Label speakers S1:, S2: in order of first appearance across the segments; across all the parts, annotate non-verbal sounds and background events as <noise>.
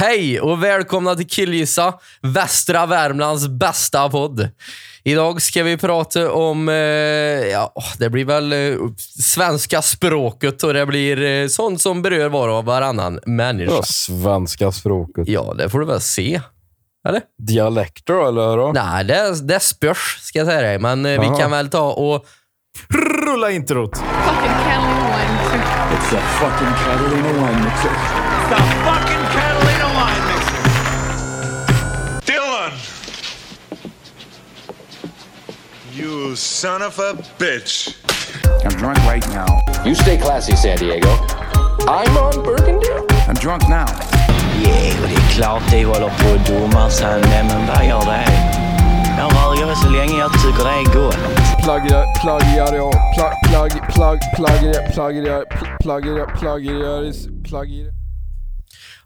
S1: Hej och välkomna till Killgissa, västra Värmlands bästa podd. Idag ska vi prata om, eh, ja, det blir väl eh, svenska språket och det blir eh, sånt som berör var och varannan människa.
S2: Ja, svenska språket.
S1: Ja, det får du väl se. Eller?
S2: Dialekter då, eller? Då?
S1: Nej, det, det spörs, ska jag säga dig. Men eh, vi
S2: Jaha.
S1: kan väl ta och...
S2: Rulla introt!
S3: fucking Kelly one.
S4: It's a fucking Catalina wine mixer.
S5: the fucking Catalina wine mixer.
S6: Dylan! You son of a bitch.
S7: I'm drunk right now.
S8: You stay classy, San Diego. I'm on Burgundy.
S7: I'm drunk now.
S9: Jo, det är klart det håller på och domar sen, men vad gör det? Jag röker så länge jag tycker det är gott.
S2: Plaggar, plaggar jag, plagg, plagg, plagg, plaggar jag, plaggar jag, plaggar jag, plaggar jag, plaggar jag.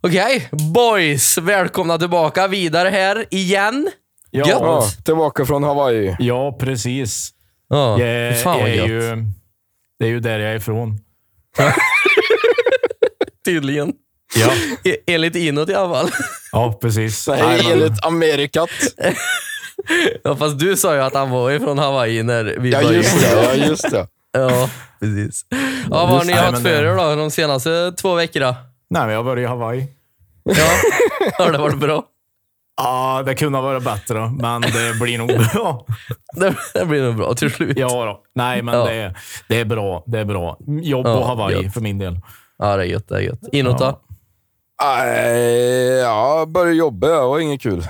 S1: Okej, boys. Välkomna tillbaka. Vidare här igen.
S10: Ja,
S2: Ja,
S1: Gött!
S2: tillbaka från Hawaii.
S10: ja precis.
S1: Ja,
S10: Jag, är-
S1: fan vad
S10: jag är
S1: gött.
S10: ju, det är ju där jag är ifrån.
S1: Tydligen.
S10: Ja,
S1: E- Enligt inåt i alla fall.
S10: <laughs>
S1: <laughs>
S10: ja precis. Nej,
S2: Nej,
S10: men-
S2: enligt Amerikat.
S1: Ja, fast du sa ju att han var ifrån Hawaii när vi
S2: Ja,
S1: började.
S2: just det. Ja, just det.
S1: Ja, precis. Ja, vad har ni
S10: Nej,
S1: haft
S10: men
S1: för
S10: det-
S1: er då de senaste två veckorna?
S10: Nej, men jag var i Hawaii.
S1: Ja, <laughs> har det varit bra?
S10: Ja, det kunde ha varit bättre, men det blir nog
S1: <laughs>
S10: bra.
S1: Det, det blir nog bra till slut.
S10: Ja då. Nej, men
S1: Ja.
S10: det, är- det är bra. Det är bra. Jobb
S1: Ja,
S10: på Hawaii
S1: gött.
S10: för min del.
S1: Ja, det är gött. Det är gött. Inåt då?
S10: Ja.
S2: Nej, ja, började jobba. Det var inget kul.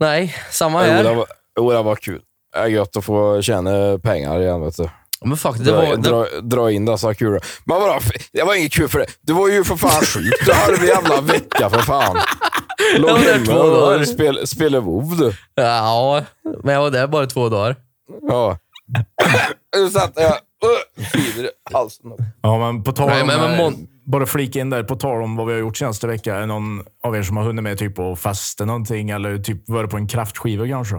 S1: Nej, samma
S2: Jo,
S1: här.
S2: det var, jo, det var kul. Det är gött att få tjäna pengar igen, vet du.
S1: Men fuck, det
S2: Dra,
S1: var... Det,
S2: dra, dra in dessa kulor. Men vadå? f- Det var inget kul för det. Du var ju för fan sjuk. Du hade en jävla vecka för fan.
S1: <laughs>
S2: Låg
S1: var där
S2: hemma
S1: två dagar.
S2: och spel, spelade WoW du.
S1: ja, men jag var där bara två dagar. <laughs>
S2: Ja. Nu satt jag uh, fider i halsen.
S10: Ja, men på tal
S1: Nej,
S10: om...
S1: men- men
S10: eh,
S1: mon-
S10: bara flika in där, på tal om vad vi har gjort senaste vecka. Är det någon av er som har hunnit med typ att festa någonting eller typ varit på en kraftskiva kanske?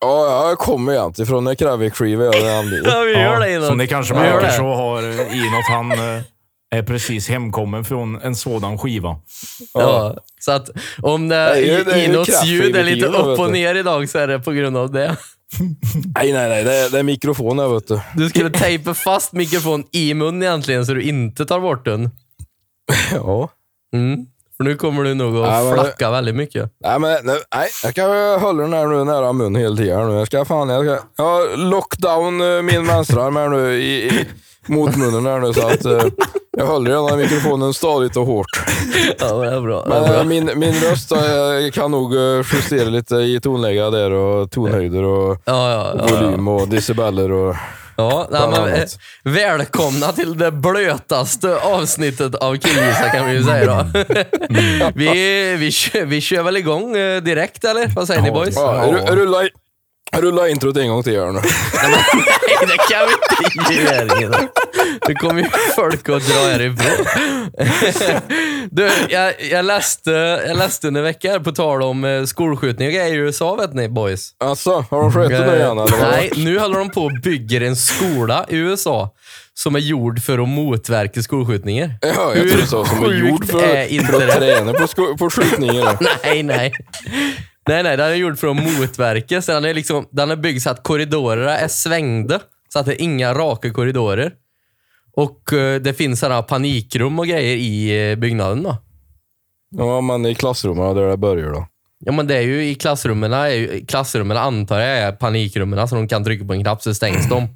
S2: Ja, jag kommer egentligen från en Kravik-skiva. jag hade aldrig.
S1: <laughs> Ja, vi gör
S10: Ja,
S1: det inåt.
S10: Som ni kanske
S1: Vi gör
S10: märker
S1: det.
S10: så har eh, Inåt, han eh, är precis hemkommen från en sådan skiva.
S1: Ja, så att om det,
S2: är ju- det är ju
S1: inåts
S2: kraft i
S1: ljud är
S2: mitt
S1: lite
S2: ljud, vet
S1: upp och
S2: du.
S1: ner idag så är det på grund av det.
S2: Nej, nej, nej. Det är, det är mikrofonen, vet du.
S1: Du skulle tejpa fast mikrofon i munnen egentligen så du inte tar bort den.
S2: Ja.
S1: Mm. För nu kommer du nog
S2: Ja,
S1: att
S2: men-
S1: flacka väldigt mycket.
S2: Nej, men nej, nej, jag kan ju hålla den här nu nära mun hela tiden. Nu. Jag ska fan... Jag, ska, jag har lockdown eh, min vänsterarm här nu i, i, mot munnen här nu, så att eh, jag håller den här mikrofonen stadigt och hårt.
S1: Ja, men det är bra. Det
S2: Men
S1: är
S2: eh,
S1: bra.
S2: min, min röst eh, jag kan nog eh, justera lite i tonläge där och tonhöjder och
S1: Ja, ja, ja, ja.
S2: volym och decibeller och...
S1: ja nej,
S2: Bland
S1: men, eh,
S2: annat.
S1: välkomna till det blötaste avsnittet av Killgissa kan vi ju säga då. <laughs> vi, vi, kör, vi kör väl igång eh, direkt eller? Vad säger ni
S10: Ja,
S1: boys?
S2: Ja, ru- rulla, i- rulla introt en gång till gör nu.
S1: Nej, det kan vi inte göra. Nu kommer ju folk att dra härifrån. Du, jag, jag, läste, jag läste under veckan här på tal om eh, skolskjutningar och grejer i USA vet ni boys. Eh,
S2: Alltså, har de skjutit nu igen eller? vad?
S1: Nej, nu håller de på och bygger en skola i USA som är gjord för att motverka skolskjutningar.
S2: Ja, jag tror så som är
S1: sjukt
S2: gjord för,
S1: är inte
S2: för att
S1: det?
S2: träna på, sko- på skjutningar.
S1: <laughs> Nej, nej. Nej, nej, den är gjord för att motverka. Så den, är liksom, den är byggd så att korridorerna är svängda. Så att det är inga raka korridorer. Och eh, det finns sådana panikrum och grejer i eh, byggnaden. Då.
S2: Ja, men i klassrummen ja, där det börjar då.
S1: Ja, men det är ju i klassrummen, är ju, klassrummen antar jag är panikrummen, så de kan trycka på en knapp så stängs de.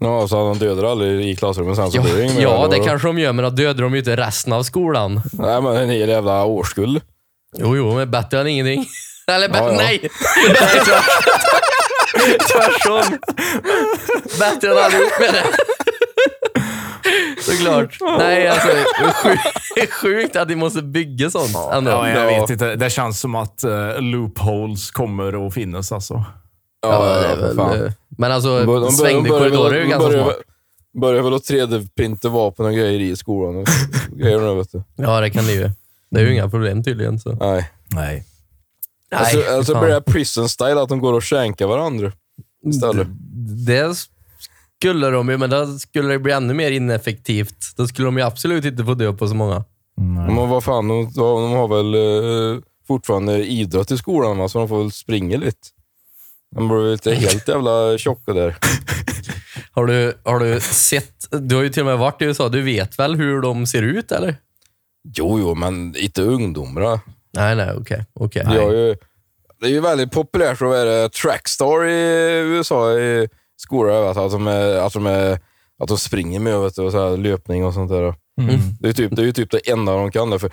S2: Ja, så de dödar aldrig i klassrummen sen så
S1: Mm. Ja,
S2: blir det ingen mer,
S1: ja
S2: eller
S1: det
S2: vadå?
S1: kanske de gör, men då dödar de ju inte resten av skolan.
S2: Nej, men en hel jävla årskull.
S1: Jo, jo, men bättre än ingenting. <laughs> Eller bättre,
S2: Ja, ja. <laughs>
S1: nej! nej tvär- tvärtom. Bättre än aldrig, men Såklart. Nej, alltså sjukt, sjukt att vi måste bygga sånt ändå.
S10: Ja, jag
S2: Ja.
S10: vet inte. Det känns som att eh, loopholes kommer att finnas alltså.
S1: Ja, det är
S2: ja, för
S1: väl,
S2: fan.
S1: eh, Men alltså,
S2: De bör- de bör-
S1: svängda
S2: de börjar väl-
S1: korridorer är ju
S2: de
S1: ganska
S2: börjar
S1: smart.
S2: väl- Börjar väl att 3D-printa vapen och grejer i skolan och grejer nu vet du.
S1: Ja, det kan det ju. Det är ju inga problem tydligen. Så.
S2: Nej.
S10: Nej.
S1: Nej,
S2: Alltså,
S1: fy
S2: alltså
S1: fan.
S2: blir det prison style att de går och känkar varandra istället.
S1: Det skulle de ju, men då skulle det bli ännu mer ineffektivt. Då skulle de ju absolut inte få dö på så många.
S2: Men vad fan, de, de har väl eh, fortfarande idrott i skolan, va? så de får väl springa lite. De blir väl inte helt jävla tjocka där.
S1: Har du, har du sett, du har ju till och med varit i USA, du vet väl hur de ser ut eller?
S2: Jo, jo, men inte ungdomar.
S1: Nej, nej, okej. okej.
S2: Det är, ju, det är ju väldigt populärt att vara trackstar i USA i skolor. Vet, du, att, de är, att, de är, att de springer med vet, du, och så här, löpning och sånt där.
S1: Mm.
S2: Det, är typ, det är ju typ det enda de kan. Där för,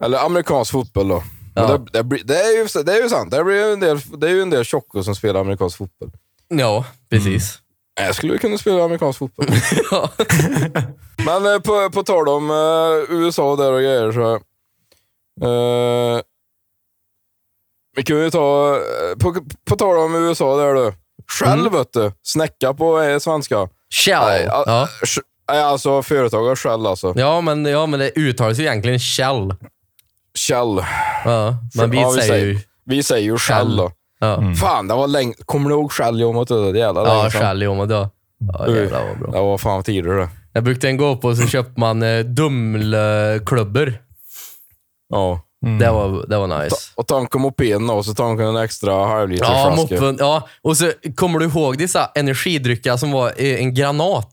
S2: eller amerikansk fotboll då. Men
S1: Ja.
S2: Det, det, blir- det, är ju, det är ju sant. Det, blir ju en del, det är ju en del tjocka som spelar amerikansk fotboll.
S1: Ja, precis.
S2: Jag skulle kunna spela amerikansk fotboll.
S1: <laughs> Ja.
S2: <laughs> Men eh, på, på tal om eh, USA och där och grejer så... Eh, vi kan ju ta... eh, På, på tal om USA där du. Shell
S1: Mm.
S2: vet du. Snäcka på eh, svenska.
S1: Shell.
S2: Nej, a-
S1: ja.
S2: sh- nej, alltså företaget Shell alltså.
S1: Ja, men, ja, men det uttalas ju egentligen Shell.
S2: Shell.
S1: Ja, men vi
S2: Ja,
S1: säger ju...
S2: Vi säger ju Shell då.
S1: Ja,
S2: Fan, det var länge... Kommer du ihåg Shell? Jo, mot det jävla
S1: ja liksom.
S2: länge sedan.
S1: Shell, jo men då. Ja,
S2: Du,
S1: jävlar vad bra.
S2: Det var fan tidigare det.
S1: Jag brukade en gå på och så köpte man eh, Dumleklubbor.
S2: Ja.
S1: Det, var, det var nice.
S2: Och tanken mopeden och så tanken en extra
S1: Ja,
S2: halvliterflaska.
S1: moppen. Ja. Och så kommer du ihåg dessa energidrycker som var eh, en granat?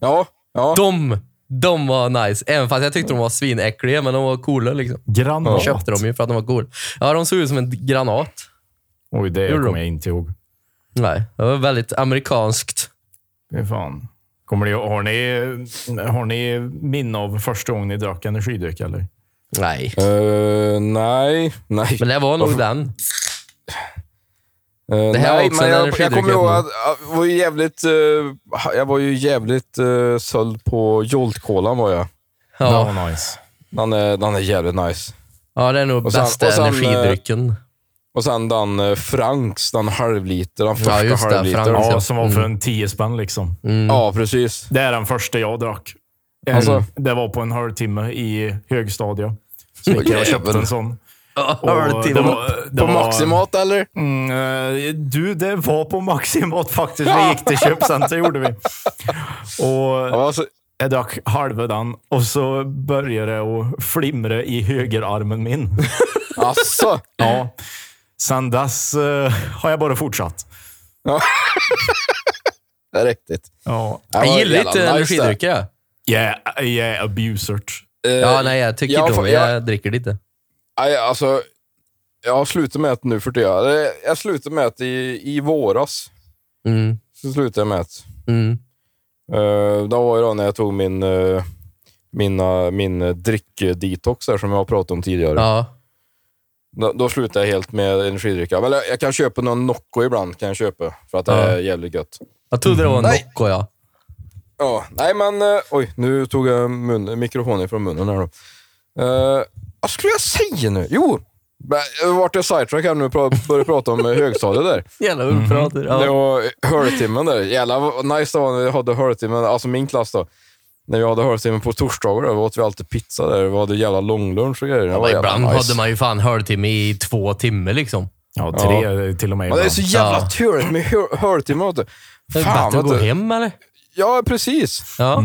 S2: Ja, ja.
S1: De, de var nice. Även fast jag tyckte de var svinäckliga, men de var coola. Liksom.
S10: Granat.
S1: Jag köpte dem ju för att de var coola. Ja, de såg ut som en granat.
S10: Oj, det
S1: Gjorde de?
S10: kommer jag inte ihåg.
S1: Nej, det var väldigt amerikanskt.
S10: Fy fan. Kommer ni, har, ni, har ni minne av första gången ni drack energidryck? Eller?
S1: Nej.
S2: Eh, nej, nej.
S1: Men det var nog den.
S2: Eh,
S1: Det här var
S2: nej,
S1: också
S2: men
S1: en
S2: jag, jag
S1: energidryck,
S2: kommer ihåg
S1: Edmund.
S2: att att jag var ju jävligt, eh, jag var ju jävligt uh, såld på Jolt-kolan var jag.
S1: Ja,
S10: Det var nice.
S2: Den är, den är jävligt nice.
S1: ja det är nog
S2: Och sen-
S1: bästa
S2: och sen, eh,
S1: energidrycken.
S2: Och sen den eh, Franks, den halvliter, den första
S1: just det, Mm.
S2: halvlitern.
S1: Franks.
S10: Ja, som var för en tio spänn liksom.
S2: Ja, precis.
S10: Det är den första jag drack. En-
S2: Alltså-
S10: Det var på en halvtimme i högstadiet. Så gick jag och köpte en sån. Och det var- det
S2: På
S10: var-
S2: Maximat eller?
S10: Mm, eh, du, det var på Maximat faktiskt. Vi gick till
S2: <laughs>
S10: köpcenter gjorde vi. Och
S2: Ja, så,
S10: jag drack halva den och så började det att flimra i
S2: <laughs>
S10: högerarmen min.
S2: alltså.
S10: Ja. Sen dess eh, har jag bara fortsatt.
S2: Det är riktigt.
S10: Ja.
S1: Jag gillar inte energidrycker.
S2: Eh,
S1: jag.
S10: Yeah, yeah, abusert.
S1: Ja, nej, jag tycker
S2: jag
S1: inte om
S2: får-
S1: det.
S2: jag-
S1: Jag dricker lite.
S2: Nej, alltså. Jag har slutat med det nu för tiden. Eller, Jag slutade med det i, i våras.
S1: Mm,
S2: Så slutade jag med det.
S1: mm.
S2: Uh, det var ju då när jag tog min, eh, mina, min eh, dryckdetox här, som jag har pratat om tidigare.
S1: Ja.
S2: Då, då slutade jag helt med energidrycker. Men jag, jag kan köpa någon Nocco ibland, kan jag köpa, för att det
S1: Ja.
S2: är jävligt gött.
S1: Jag trodde det var en
S2: Nej.
S1: Nocco, ja.
S2: Ja, nej men eh, oj, nu tog jag mun, mikrofonen från munnen här då. Eh, vad skulle jag säga nu? Jo, men, eh, vart är sidetrack här nu och pra- började prata om eh, högstadiet där.
S1: Jävla urprater.
S2: Det
S1: Mm. Ja.
S2: var hörtimmen där. Jävlar vad nice det var när vi hade hörtimmen, alltså min klass då. När vi hade hörtimmen på torsdagar då, åt vi alltid pizza där. Vi hade jävla långlunch och grejer. Det var
S1: Men
S2: jävla
S1: ibland
S2: nice.
S1: hade man ju fan hörtimme i två timmar liksom.
S10: Ja, tre till och med.
S2: Men det är
S10: ibland.
S2: så jävla
S1: Ja.
S2: turligt med hör- hörtimmen. vet
S1: Det
S2: du.
S1: är
S2: Fan
S1: bättre att
S2: vet
S1: gå
S2: du.
S1: hem eller?
S2: Ja, precis.
S1: Ja.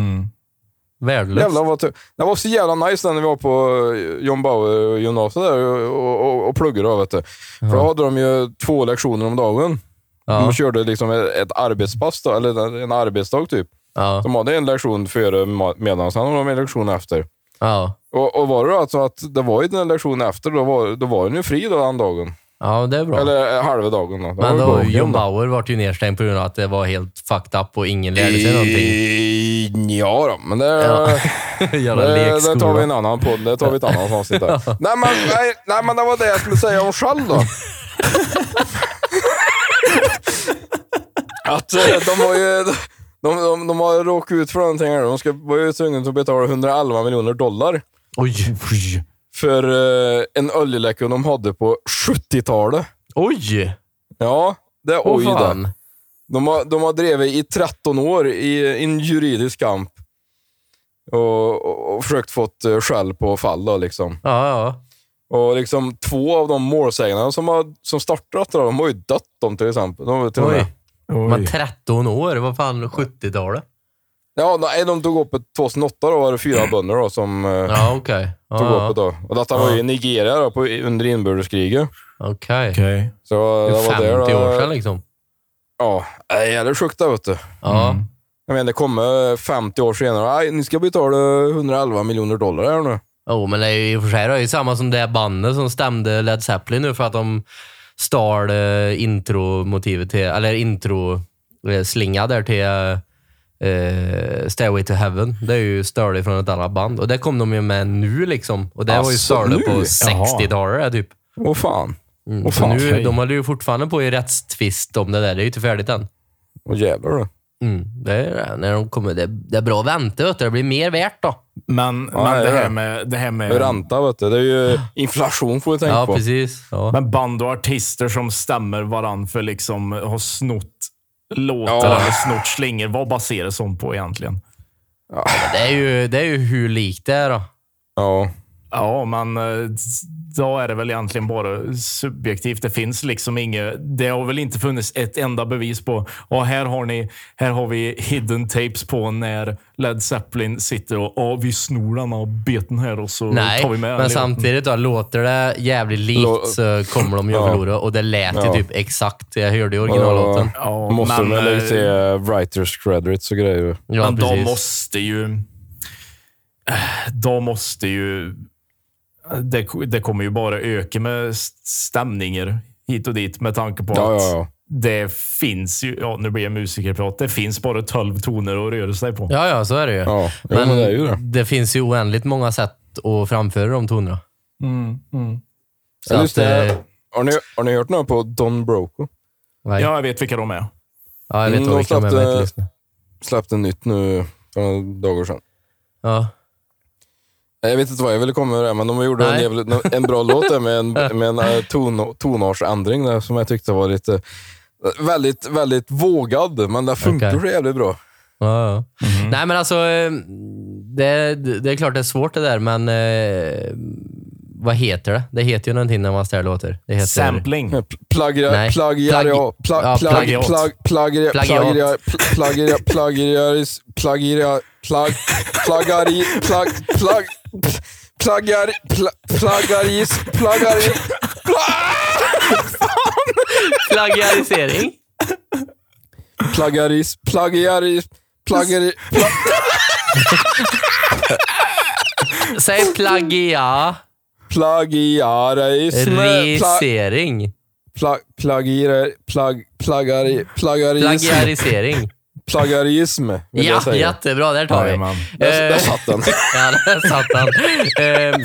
S1: Värdelöst.
S2: Jävlar vad tur. Det var så jävla nice när vi var på eh, John Bauer gymnasiet där och, och, och pluggade. Då, vet du. För då hade de ju två lektioner om dagen.
S1: ja.
S2: De körde liksom ett, ett arbetspass, då, eller en arbetsdag typ.
S1: Ja.
S2: De hade en lektion före ma- medan, sen hade de en lektion efter.
S1: Ja.
S2: Och, och var det då alltså att det var ju den lektionen efter, då var, då var den ju fri då den dagen.
S1: ja, det är bra.
S2: Eller eh, halva dagen. Då. Det
S1: Men
S2: var ju
S1: då,
S2: dagen
S1: John Bauer vart ju nedstängd på grund av att det var helt fucked up och ingen lärde sig
S2: <laughs>
S1: någonting.
S2: Eh, Ja då, men det...
S1: Ja. Jävla
S2: <laughs> Det, det tar vi en
S1: lekskola.
S2: annan podd. Det tar vi ett annat
S1: <laughs>
S2: avsnitt där. nej, men, nej, nej, men det var det jag skulle säga om Schall då. att eh, de har ju... De, de, de har råkat ut för någonting här. De ska, var ju tvungna att betala 111 miljoner dollar
S1: Oj. Oj.
S2: för eh, en oljeläcka de hade på 70-talet.
S1: Oj!
S2: Ja, det är
S1: Åh,
S2: oj det.
S1: fan.
S2: De har, de har drivit i 13 år i i en juridisk kamp och, och, och försökt fått eh, skäll på fall då, liksom.
S1: Ja, ja.
S2: Och liksom två av de målsägarna som, har, som startat det, de har ju dött dem till exempel. De var till och med.
S1: Oj. Man 13 år. Vad fan, 70-talet?
S2: Ja, nej, de tog upp ett 2008 då var det fyra bönder då, som eh,
S1: Ja, okej. Ja,
S2: tog
S1: ja.
S2: upp det då. Och detta var ju i Nigeria då, på, under inbördeskriget.
S1: Okej.
S10: Okej.
S2: Så
S1: Det
S2: det
S1: är
S2: var där
S1: 50
S2: då.
S1: år sedan liksom.
S2: Ja, nej, det är sjukt där vet du.
S1: Ja.
S2: Jag menar, det kommer 50 år senare. Nej, ni ska betala 111 miljoner dollar här nu.
S1: Jo, men det är ju i och för sig det är ju samma som det bandet som stämde Led Zeppelin nu för att de stal eh, intromotivet till, eller intro eh, slinga där till eh, Stairway to Heaven. Det är ju stölet från ett annat band och det kom de ju med nu liksom. Och det var ju
S2: Alltså,
S1: stölet på
S2: nu?
S1: 60-talet typ.
S2: Åh fan. Åh
S1: Mm. Så
S2: fan.
S1: nu,
S10: okej.
S1: de håller ju fortfarande på i rättstvist om det där. Det är ju inte färdigt än.
S2: Åh jävlar då.
S1: Mm, det, är, det. när de kommer, det, det är bra att vänta, vet du. det blir mer värt då.
S10: Men,
S2: Ja,
S10: men det
S2: ja, ja.
S10: här med... Det här med
S2: Ränta vet du. Det är ju inflation får vi tänka
S1: Ja,
S2: på.
S1: precis. Ja.
S10: men band och artister som stämmer varann för liksom har snott låtar
S2: Ja.
S10: eller snott slingor. Vad baseras sånt på egentligen?
S1: Det, är ju, det är ju hur likt det är då.
S2: Ja.
S10: Ja, men eh, då är det väl egentligen bara subjektivt. Det finns liksom inget... Det har väl inte funnits ett enda bevis på. Och här har ni... Här har vi hidden tapes på när Led Zeppelin sitter och ja, vi snor den här beten här och så
S1: Nej,
S10: tar vi med
S1: men
S10: allihopa."
S1: samtidigt då, låter det jävligt likt
S2: Lå-
S1: så kommer de ju
S2: Ja.
S1: att förlora. Och det lät ju
S2: Ja.
S1: typ exakt. Jag hörde ju originallåten. Ja,
S10: Ja,
S2: Måste
S10: men,
S2: men, väl
S10: eh,
S2: se writers credits och grejer.
S10: men de
S1: precis.
S10: måste ju... De måste ju... Det, det kommer ju bara öka med stämningar hit och dit med tanke på
S2: Ja,
S10: att
S2: ja, ja.
S10: det finns ju, ja, nu blir jag musikerprat, det finns bara 12 toner att röra sig på.
S1: Ja, ja, så är det ju.
S2: Ja, jo, men det är ju det.
S1: finns ju oändligt många sätt att framföra de tonerna.
S10: Mm,
S1: Så
S2: Ja, just
S1: att,
S2: det.
S1: eh,
S2: Har ni, har ni hört något på Don Broco?
S1: nej.
S10: Ja, jag vet vilka de är.
S1: Ja, jag vet
S2: Mm,
S1: mm,
S2: de
S1: vilka men jag
S2: släppte-
S1: vet inte lyssna.
S2: Släppte nytt nu för några dagar sedan.
S1: Ja.
S2: Nej, Jag vet inte vad jag ville komma med det, men de gjorde en,
S1: Nej.
S2: jävligt, en bra låt
S1: <laughs>
S2: där med en, med en eh, ton, tonartsändring där, som jag tyckte var lite... eh, Väldigt, väldigt vågad, men det funkar
S1: Okej.
S2: så jävligt bra.
S1: Ja, ja.
S10: Mhm.
S1: Nej, men alltså, eh, det, det är klart det är svårt det där, men eh, vad heter det? Det heter ju någonting när man ställer låter. Det heter...
S10: Sampling.
S2: Eh,
S1: Nej.
S2: Plagiar...
S1: Plagi-
S2: Plagiaria...
S1: ja,
S2: pla-
S1: plagiat.
S2: plag- plag- Plagiaria...
S1: Plagiat.
S2: Plagiaria... Plagiaria... Plagiaris... Plagiaria... Plag... Plagari... Plag... Plag... Plagari... pla- Plagaris... Plagari...
S1: Plagiarisering.
S2: Plagaris... Plagiaris... Plagari...
S1: Säg plagiarisering.
S2: Plagiarism... Pla- pla- Plagiare... Plag... Plagari... Plagarism... <laughs>
S1: Plagiarisering.
S2: Plagarism, vill jag
S1: Ja,
S2: säga.
S1: jättebra. Där tar vi.
S10: Jajamän.
S2: Där, där
S1: Eh, <laughs>
S2: satt den.
S1: ja, där satt han. Eh, eh,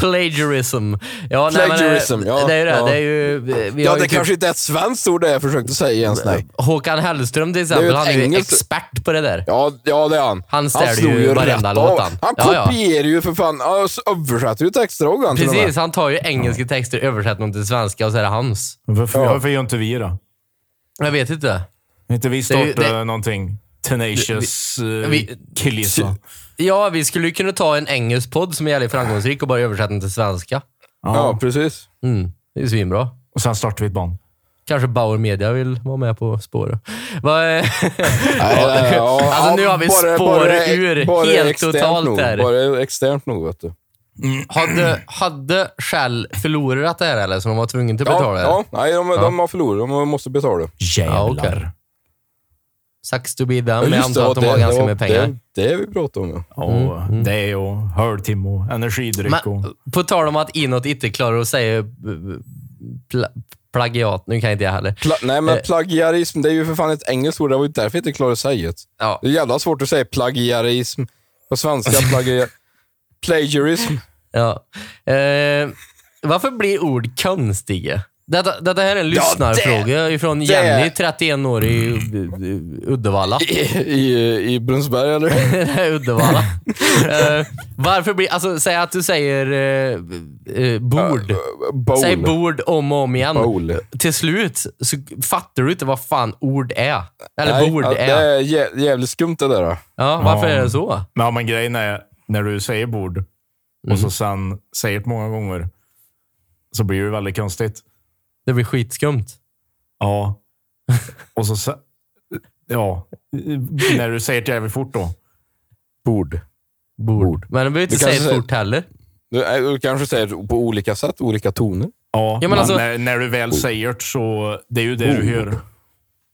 S1: plagiarism. Ja,
S2: Plagiarism,
S1: nej, men, eh,
S2: ja,
S1: Det är ju det.
S2: ja.
S1: det är ju, vi
S2: Ja,
S1: har ju
S2: det
S1: typ-
S2: kanske inte är ett svenskt ord det jag försökte säga ens. Nej.
S1: Håkan Hellström till
S2: Det är
S1: exempel,
S2: ju
S1: han
S2: ett
S1: är ju
S2: engelskt-
S1: expert på det där.
S2: Ja, ja, det är han.
S1: Han ställer
S2: slog
S1: ju varenda
S2: rätt
S1: låt,
S2: av.
S1: han.
S2: Han
S1: Ja, ja.
S2: kopierar ju för fan. Ja, så Översätter ju texter också han till och med.
S1: Precis, han tar ju engelska texter, översätter dem till svenska och så är det hans.
S10: Varför,
S2: Ja.
S10: varför gör inte vi då?
S1: Jag vet inte.
S10: Inte vi
S1: är ju-
S10: startar
S1: det-
S10: någonting? Tenacious eh,
S1: vi-
S10: Killisa.
S1: Ja, vi skulle ju kunna ta en engelsk podd som är jävligt framgångsrik och bara översätta den till svenska.
S2: Ja, precis.
S1: Mm, det är ju svinbra.
S10: Och sen startar vi ett band.
S1: Kanske Bauer Media vill vara med på spåret.
S2: <clears throat>
S1: Vad- eh,
S2: Nej, nej, ja,
S1: Alltså,
S2: ja,
S1: nu har vi
S2: bara-
S1: spår
S2: bara-
S1: ur
S2: bara
S1: helt
S2: externt
S1: totalt
S2: nog.
S1: här.
S2: Bara externt nog, vet du.
S1: hade, hade Shell förlorat det här eller? Så de var tvungna att betala
S2: ja,
S1: det?
S2: ja, nej, de, de har förlorat. De måste betala.
S10: Jävlar.
S1: Ja, okej. Mm, Sucks to be them, men jag
S2: Just det,
S1: antar att de
S2: det-
S1: har
S2: det
S1: ganska
S2: var-
S1: med pengar.
S2: Det, det vi pratade om, ja.
S10: Och Det är ju hörtim och energidryck.
S1: mm. Men
S10: och,
S1: på tal om att inåt inte klarar att säga eh, pla, plagiat, nu kan inte jag heller.
S2: Pla, nej,
S1: Eh.
S2: men plagiarism, det är ju för fan ett engelskt ord. Det var ju därför jag inte klarade att säga det.
S1: Ja.
S2: Det är jävla svårt att säga plagiarism
S1: <laughs>
S2: på svenska. Plagia, plagiarism.
S1: Ja. Eh, varför blir ord konstiga? Detta, detta här är en lyssnarfråga ifrån Jenny, 31 år i U- U- Uddevalla.
S2: I, i Brunsberg, eller?
S1: <laughs> Det här är Uddevalla. Eh, varför blir... Alltså, säg att du säger eh, eh, bord.
S2: Bowl.
S1: Säg bord om och om igen.
S2: Bowl.
S1: Till slut så fattar du inte vad fan ord är. Eller
S2: Nej,
S1: bord
S2: ja, Det
S1: är.
S2: är jä- jävligt skumt det där. då.
S1: Ja, varför är det så?
S10: Men, ja, men grejen är, när du säger bord och så sen säger det många gånger, så blir det väldigt konstigt. <laughs>
S1: Det blir skitskumt.
S10: Ja. Och så, se- Ja, när du säger det jävligt fort då.
S2: Bord.
S1: Bord. Men du behöver inte
S2: Du kanske
S1: säga det
S2: säger-
S1: fort heller.
S2: Du, eh, du kanske säger det på olika sätt, olika toner.
S10: Ja,
S1: men
S10: men
S1: alltså-
S10: när, när du väl säger det så, det är ju det du hör.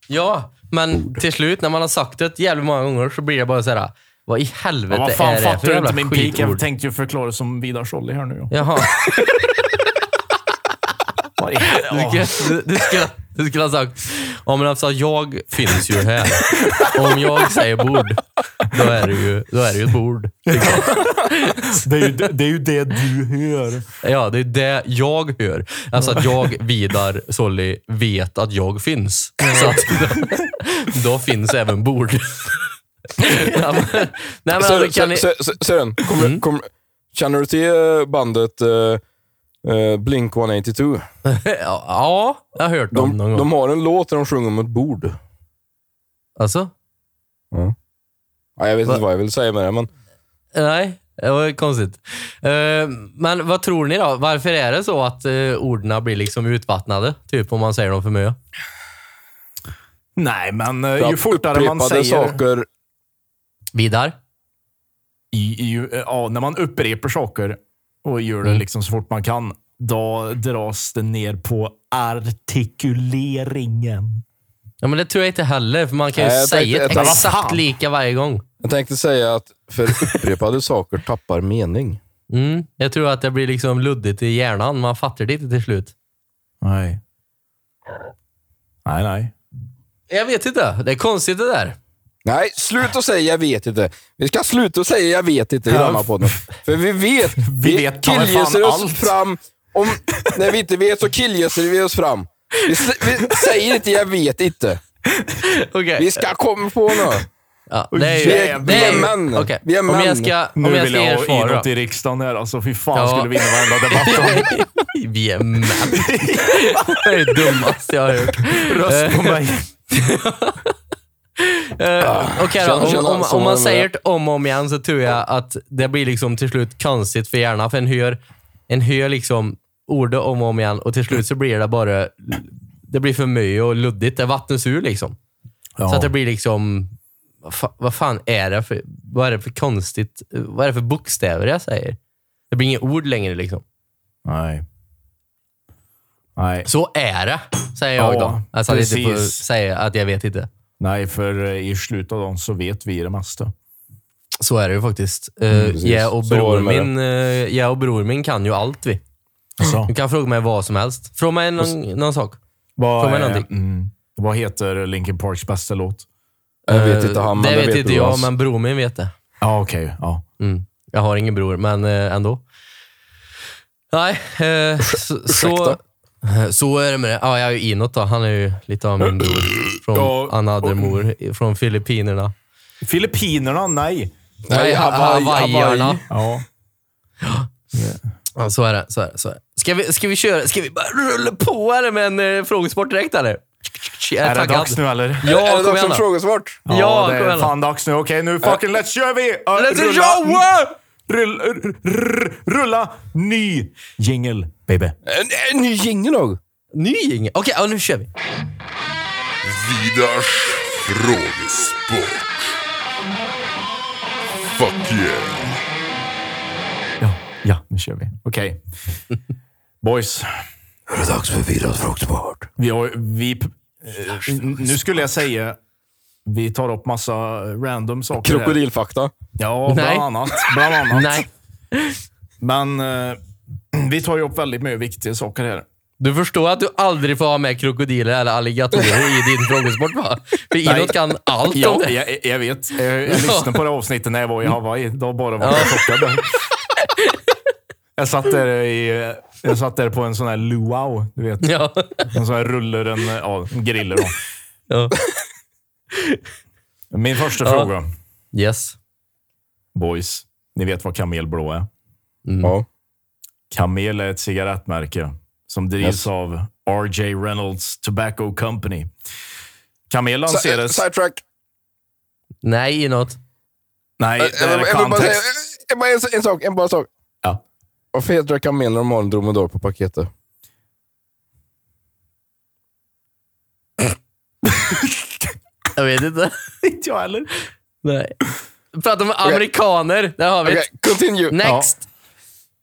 S1: Ja, men till slut när man har sagt det jävligt många gånger så blir det bara så här. Vad i helvete
S10: Ja, vad fan
S1: är det
S10: fattar
S1: för
S10: du
S1: jävla
S10: inte min pik? Jag
S1: skitord?
S10: tänkte ju förklara det som Vidar Scholli här nu.
S1: Jaha.
S10: Vad i helvete?
S1: Du, skulle- du, skulle, du skulle ha sagt, ja men alltså jag finns ju här. Om jag säger bord, då är det ju, då är det ju ett bord.
S10: Det är ju det, det, är ju det du hör.
S1: Ja, det är det jag hör. Alltså att jag, Vidar Solli, vet att jag finns. Så att <laughs> då, då finns även bord. Ja, men- Nej, men
S2: Sören,
S1: alltså, kan ni... Mm.
S2: Sö- Sö- Sö- Sören, kommer- kommer- känner du till eh, bandet eh, eh, Blink 182?
S1: Ja, jag har hört om
S2: De,
S1: någon
S2: de
S1: gång.
S2: har en låt där de sjunger om ett bord.
S1: Alltså?
S2: Ja, jag vet
S1: Va?
S2: inte vad jag vill säga med det, men
S1: Nej, det var konstigt. Eh, men vad tror ni då? Varför är det så att uh, orden blir liksom utvattnade? Typ om man säger dem för mycket.
S10: Nej, men eh,
S2: för
S10: ju
S2: att
S10: fortare man
S2: upprepade
S10: säger...
S2: saker
S1: Vidar?
S10: i, i, ju- ja, när man upprepar saker och gör det liksom så fort man kan, då dras det ner på artikuleringen.
S1: Ja, men det tror jag inte heller, för man kan ju
S2: Nej, jag
S1: säga
S2: tänkte-
S1: ett
S2: jag tänkte-
S1: exakt
S10: Vad fan?
S1: lika varje gång.
S2: Jag tänkte säga att för upprepade saker tappar mening.
S1: Mm, jag tror att det blir liksom luddigt i hjärnan. Man fattar det inte till slut.
S10: Nej. Nej, nej.
S1: Jag vet inte. Det är konstigt det där.
S2: Nej, sluta säga jag vet inte. Vi ska sluta säga jag vet inte i den här podden. För vi vet.
S1: <laughs>
S10: Vi vet ta mig fan
S2: killgissar oss
S10: allt.
S2: fram. Om, när vi inte vet så killgissar vi oss fram. Vi, s- vi säger inte jag vet inte.
S1: Okej.
S2: Vi ska komma på något.
S1: Ja, det är ju...
S2: vi är-
S1: det är ju-
S2: vi är män.
S1: okej.
S2: Vi är
S1: Om jag
S2: män.
S1: ska, om
S10: Nu
S1: jag
S10: vill
S1: ska
S10: jag
S1: ge er
S10: ha
S1: svar då.
S10: idrott i riksdagen här. Alltså, fy fan
S1: Ja.
S10: skulle vinna varenda debatt.
S1: <laughs> Vi är män. Det är det dummaste jag har hört.
S10: Röst på mig.
S1: Eh, Okej då,
S2: Ah, Känner-
S1: om,
S2: känner alltså
S1: om,
S2: som eh,
S1: om man
S2: man-
S1: säger det om och om igen så tror jag att det blir liksom till slut konstigt för hjärnan. För en hör, en hör liksom ordet om och om igen och till slut så blir det bara... Det blir för mycket och luddigt. Det vattnas ur liksom. Så att det blir liksom... Vad, fa, vad fan är det för... Vad är det för konstigt... Vad är det för bokstäver jag säger? Det blir inga ord längre liksom.
S10: Nej. Nej.
S1: Så är det, säger jag
S10: Ja,
S1: då. Alltså att jag inte får
S10: precis.
S1: säga att jag vet inte.
S10: Nej, för eh, i slutet av dagen så vet vi det mesta.
S1: Så är det ju faktiskt. Eh,
S2: Mm, precis.
S1: jag, och
S2: Så var
S1: bror
S2: det med det.
S1: min, eh, jag och bror min kan ju allt vi.
S10: Så.
S1: Du kan fråga mig vad som helst. Fråga mig någon, någon sak. Får
S10: Vad,
S1: man
S10: eh,
S1: någonting?
S10: mm, vad heter Linkin Parks bästa låt?
S2: Jag vet
S1: Eh,
S2: inte han, men
S1: det
S2: det
S1: vet
S2: vet
S1: inte
S2: du, alltså.
S1: jag,
S2: Hans.
S1: men bror min vet det.
S10: Ja, okej. Ja.
S1: Mm. Jag har ingen bror, men eh, ändå. Nej,
S2: <laughs>
S1: eh, så, så, så är det med det. Ja, jag är ju inåt då. Han är ju lite av min bror. Från
S10: Ja,
S1: another mor, från Filippinerna.
S10: Filippinerna, nej.
S1: Nej,
S2: Hawaii,
S1: Hawaiiarna.
S2: Hawaii.
S10: Ja.
S1: Ja, så är det. Så är det, så är det. Ska, vi, ska vi köra? Ska vi bara rulla på eller med en eh, frågesport direkt eller? Jag
S10: Är det
S1: taggad.
S10: dags nu eller?
S1: Ja,
S2: är det
S1: kom
S2: dags
S1: igen
S2: för
S1: då.
S2: frågesport?
S1: Ja,
S10: det
S1: kom igen
S10: är
S1: då.
S10: fan dags nu. Okej, nu fucking let's kör vi! Uh,
S1: Let's
S10: rulla,
S1: go!
S10: Rulla, rulla, rulla ny jingle, baby.
S2: En, en ny jingel nog.
S1: Ny jingel. Okej, ja, nu kör vi.
S6: Vidars frågesport. Fuck yeah.
S10: Ja, ja, nu kör vi. Okej. Boys,
S2: Är det dags för Vidars frågesport?
S10: vi har vi, eh, Nu skulle jag säga... Vi tar upp massa random saker här.
S2: Krokodilfakta.
S10: Ja, bland
S1: Nej.
S10: annat. Bland annat.
S1: Nej,
S10: Men eh, <clears throat> vi tar ju upp väldigt mycket viktiga saker här.
S1: du förstår att du aldrig får ha med krokodiler eller alligatorer i din frågesport va? För inåt kan allt om
S10: Ja,
S1: det.
S10: jag, jag vet. Jag, jag lyssnade på det avsnittet när jag var i
S1: Mm.
S10: Hawaii. Då bara var jag chockad.
S1: <laughs>
S10: Jag satt, där i, jag satt där på en sån här luau, du vet.
S1: Ja.
S10: En sån här ruller, en, ja, en griller då.
S1: ja.
S10: Min första
S1: Ja.
S10: fråga.
S1: Yes.
S10: Boys, ni vet vad kamelblå är?
S2: Ja.
S10: Kamel är ett cigarettmärke som drivs
S2: Yes.
S10: av R.J. Reynolds Tobacco Company. Kamel
S2: Si-
S10: lanserades...
S2: Sidetrack.
S1: Nej, inåt.
S10: Nej,
S1: eh,
S10: det
S2: Eh, Jag
S10: här
S2: vill- jag
S10: är
S2: vill bara säga-
S10: kontext.
S2: jag bara- en- En sak, en bara sak.
S10: Ja.
S2: Varför heter det kamel när de har en dromedar på paketet?
S1: Jag vet inte. <laughs>
S10: Inte jag heller.
S1: Nej. Prata om amerikaner. Där har vi
S2: Okej,
S1: det.
S2: continue.
S1: Next.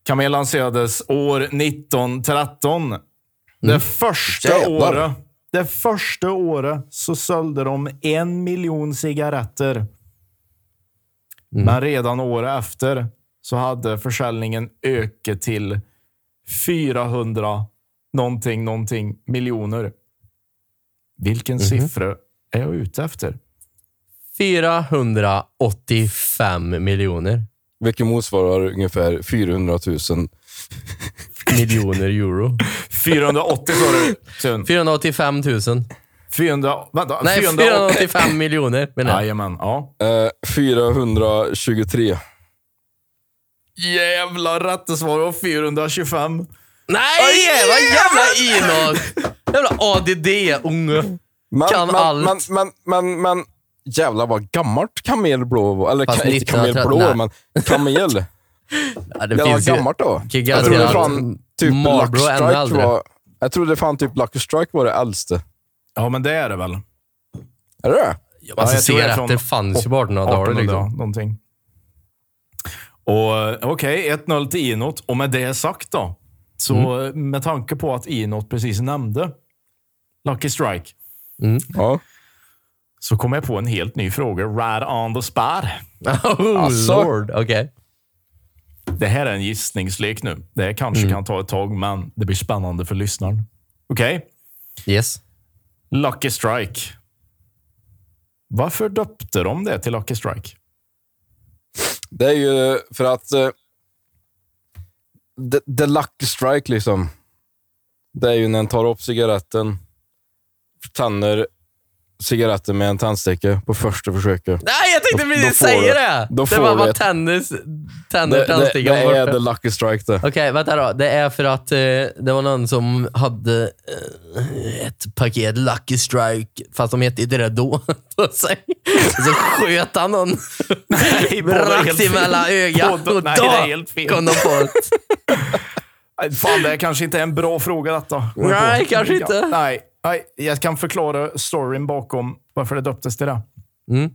S10: Camel lanserades år 1913. Det första
S2: Jävlar.
S10: året det första året så sålde de en miljon cigaretter. Men redan året efter så hade försäljningen ökat till 400 någonting, någonting miljoner. Vilken siffra är jag ute efter?
S1: 485 miljoner.
S2: Vilket motsvarar ungefär 400 000.
S1: Miljoner euro.
S10: 480 sa du. Sven.
S1: 485 000.
S10: 400, vänta,
S1: Nej,
S10: 480.
S1: 485 miljoner menar jag.
S10: Jajamän, ja.
S2: Eh, 423.
S10: Jävla rätt svar var 425.
S1: Nej! Vad jävla inåt! Jävla ADD-unge.
S2: Men,
S1: Kan
S2: men,
S1: allt.
S2: Men, men, men, men jävlar vad gammalt kamelblå var. Eller
S1: Fast
S2: ka, inte
S1: 1913,
S2: kamelblå,
S1: nej.
S2: men kamel.
S1: Ja, det
S2: Det var
S1: finns ju...
S2: gammalt då.
S1: kan
S2: Jag trodde
S1: garantera
S2: fan
S1: att
S2: typ
S1: Marlboro
S2: Lucky
S1: ännu
S2: Strike
S1: äldre.
S2: var... Jag trodde fan typ Lucky Strike var det äldste.
S10: Ja, men det är det väl?
S2: Är det det?
S1: Alltså,
S10: jag tror det är från
S1: cigaretter fanns ju på 1800-talet.
S10: 1800,
S1: Liksom.
S10: någonting. Och eh, Okej, 1-0 till Inot. Och med det sagt då, så eh,
S1: Mm.
S10: med tanke på att Inot precis nämnde Lucky Strike,
S2: Ja.
S10: så kom jag på en helt ny fråga. Right on the spot.
S1: <laughs> Oh,
S2: Alltså.
S1: lord. Okej.
S10: Det här är en gissningslek nu. Det här kanske
S1: Mm.
S10: kan ta ett tag, men det blir spännande för lyssnaren. Okej?
S1: Yes.
S10: Lucky Strike. Varför döpte de det till Lucky Strike?
S2: Det är ju för att... eh, The, the Lucky Strike liksom. Det är ju när en tar upp cigaretten, tänder cigaretten med en tändsticka på första försöket.
S1: Nej, jag tänkte
S2: Då-
S1: precis
S2: då får
S1: säga
S2: du-
S1: det.
S2: då
S1: det
S2: får
S1: var
S2: du
S1: bara
S2: ett-
S1: tennis, tänder,
S2: Det, det, det
S1: tändstickan
S2: är
S1: borta.
S2: the Lucky Strike det.
S1: Okej, vänta då. Det är för att eh, det var någon som hade eh, ett paket Lucky Strike, fast de hette inte det då, <laughs> på sig. Så sköt han
S10: <laughs>
S1: någon rakt emellan ögat
S10: Båda-
S1: och
S10: nej,
S1: då
S10: det är helt fel.
S1: kom de på det.
S10: Nej, Äh, Fan, det här kanske inte är en bra fråga detta. Kom jag
S1: Nej, kanske inte.
S10: Nej, nej, jag kan förklara storyn bakom varför det döptes till det.
S1: Mm.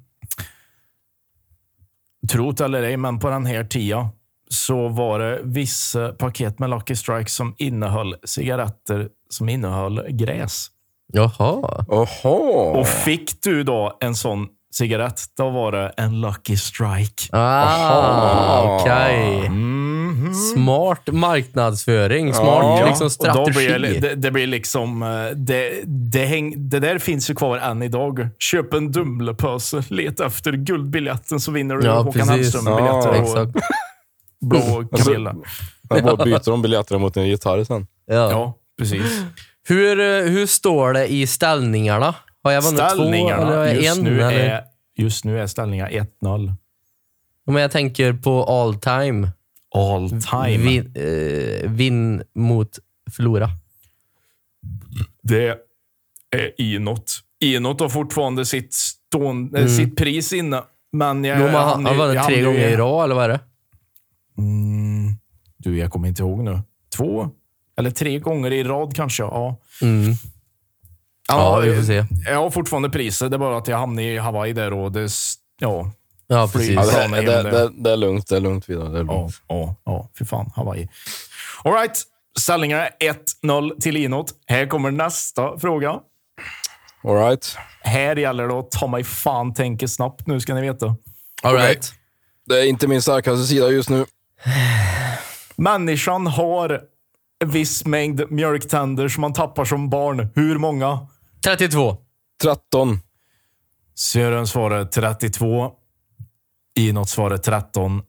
S10: Trot eller ej, men på den här tiden så var det vissa paket med Lucky Strike som innehöll cigaretter som innehöll gräs.
S1: Jaha.
S2: Jaha.
S10: Och fick du då en sån cigarett, då var det en Lucky Strike.
S1: Ah, okej.
S10: Mhm.
S1: Smart marknadsföring. Smart
S2: Ja,
S1: liksom
S10: Och då
S1: strategi.
S10: blir det, det, det blir liksom... eh, Det, det, häng, det där finns ju kvar än idag. Köp en Dumlepåse, leta efter guldbiljetten så vinner du
S1: Ja,
S10: Håkan
S1: precis.
S10: Hellström-biljetter
S2: Ja,
S10: och
S1: Exakt. Alltså,
S10: blå Camilla.
S2: Jag bara byter de biljetterna mot en gitarr sen.
S1: Ja.
S10: <laughs> Ja, precis.
S1: Hur, eh, hur står det i ställningarna? Har jag vunnit två eller har
S10: Ställningarna
S1: jag
S10: just
S1: en?
S10: nu
S1: eller?
S10: är, just nu är ställningarna 1-0.
S1: Om jag tänker på all time.
S10: All time.
S1: Vin, eh, vinn mot förlora.
S10: Det är inåt. Inåt har fortfarande sitt, stående, eh, sitt pris inne. Men jag,
S1: Mm. Jo, men han
S10: hamnar
S1: han
S10: ju-
S1: vann
S10: jag
S1: tre
S10: hamnar ju-
S1: gånger i rad, eller vad är det?
S10: Mm. Du, jag kommer inte ihåg nu. Två eller tre gånger i rad kanske. Ja.
S1: Mm. Ja, vi får se.
S10: Jag har fortfarande priser. Det är bara att jag hamnade i Hawaii där och det... s- Ja.
S1: Ja, precis.
S2: Ja,
S10: Flyg.
S2: det,
S10: Fan,
S2: det,
S10: vad
S2: det,
S10: himla.
S2: det, det är lugnt, det är lugnt vidare. Det är
S10: Ja.
S2: lugnt.
S10: Ja. Ja. Fy fan, Hawaii. All right. Ställningarna 1-0 till inåt. Här kommer nästa fråga.
S2: All right.
S10: Här gäller det att ta mig fan tänka snabbt nu, ska ni veta.
S1: All right.
S2: Det är inte min starkaste sida just nu.
S10: Människan har en viss mängd mjölktänder som man tappar som barn. Hur många?
S1: 32.
S2: 13.
S10: Sören svarar 32. Inåt svarar 13.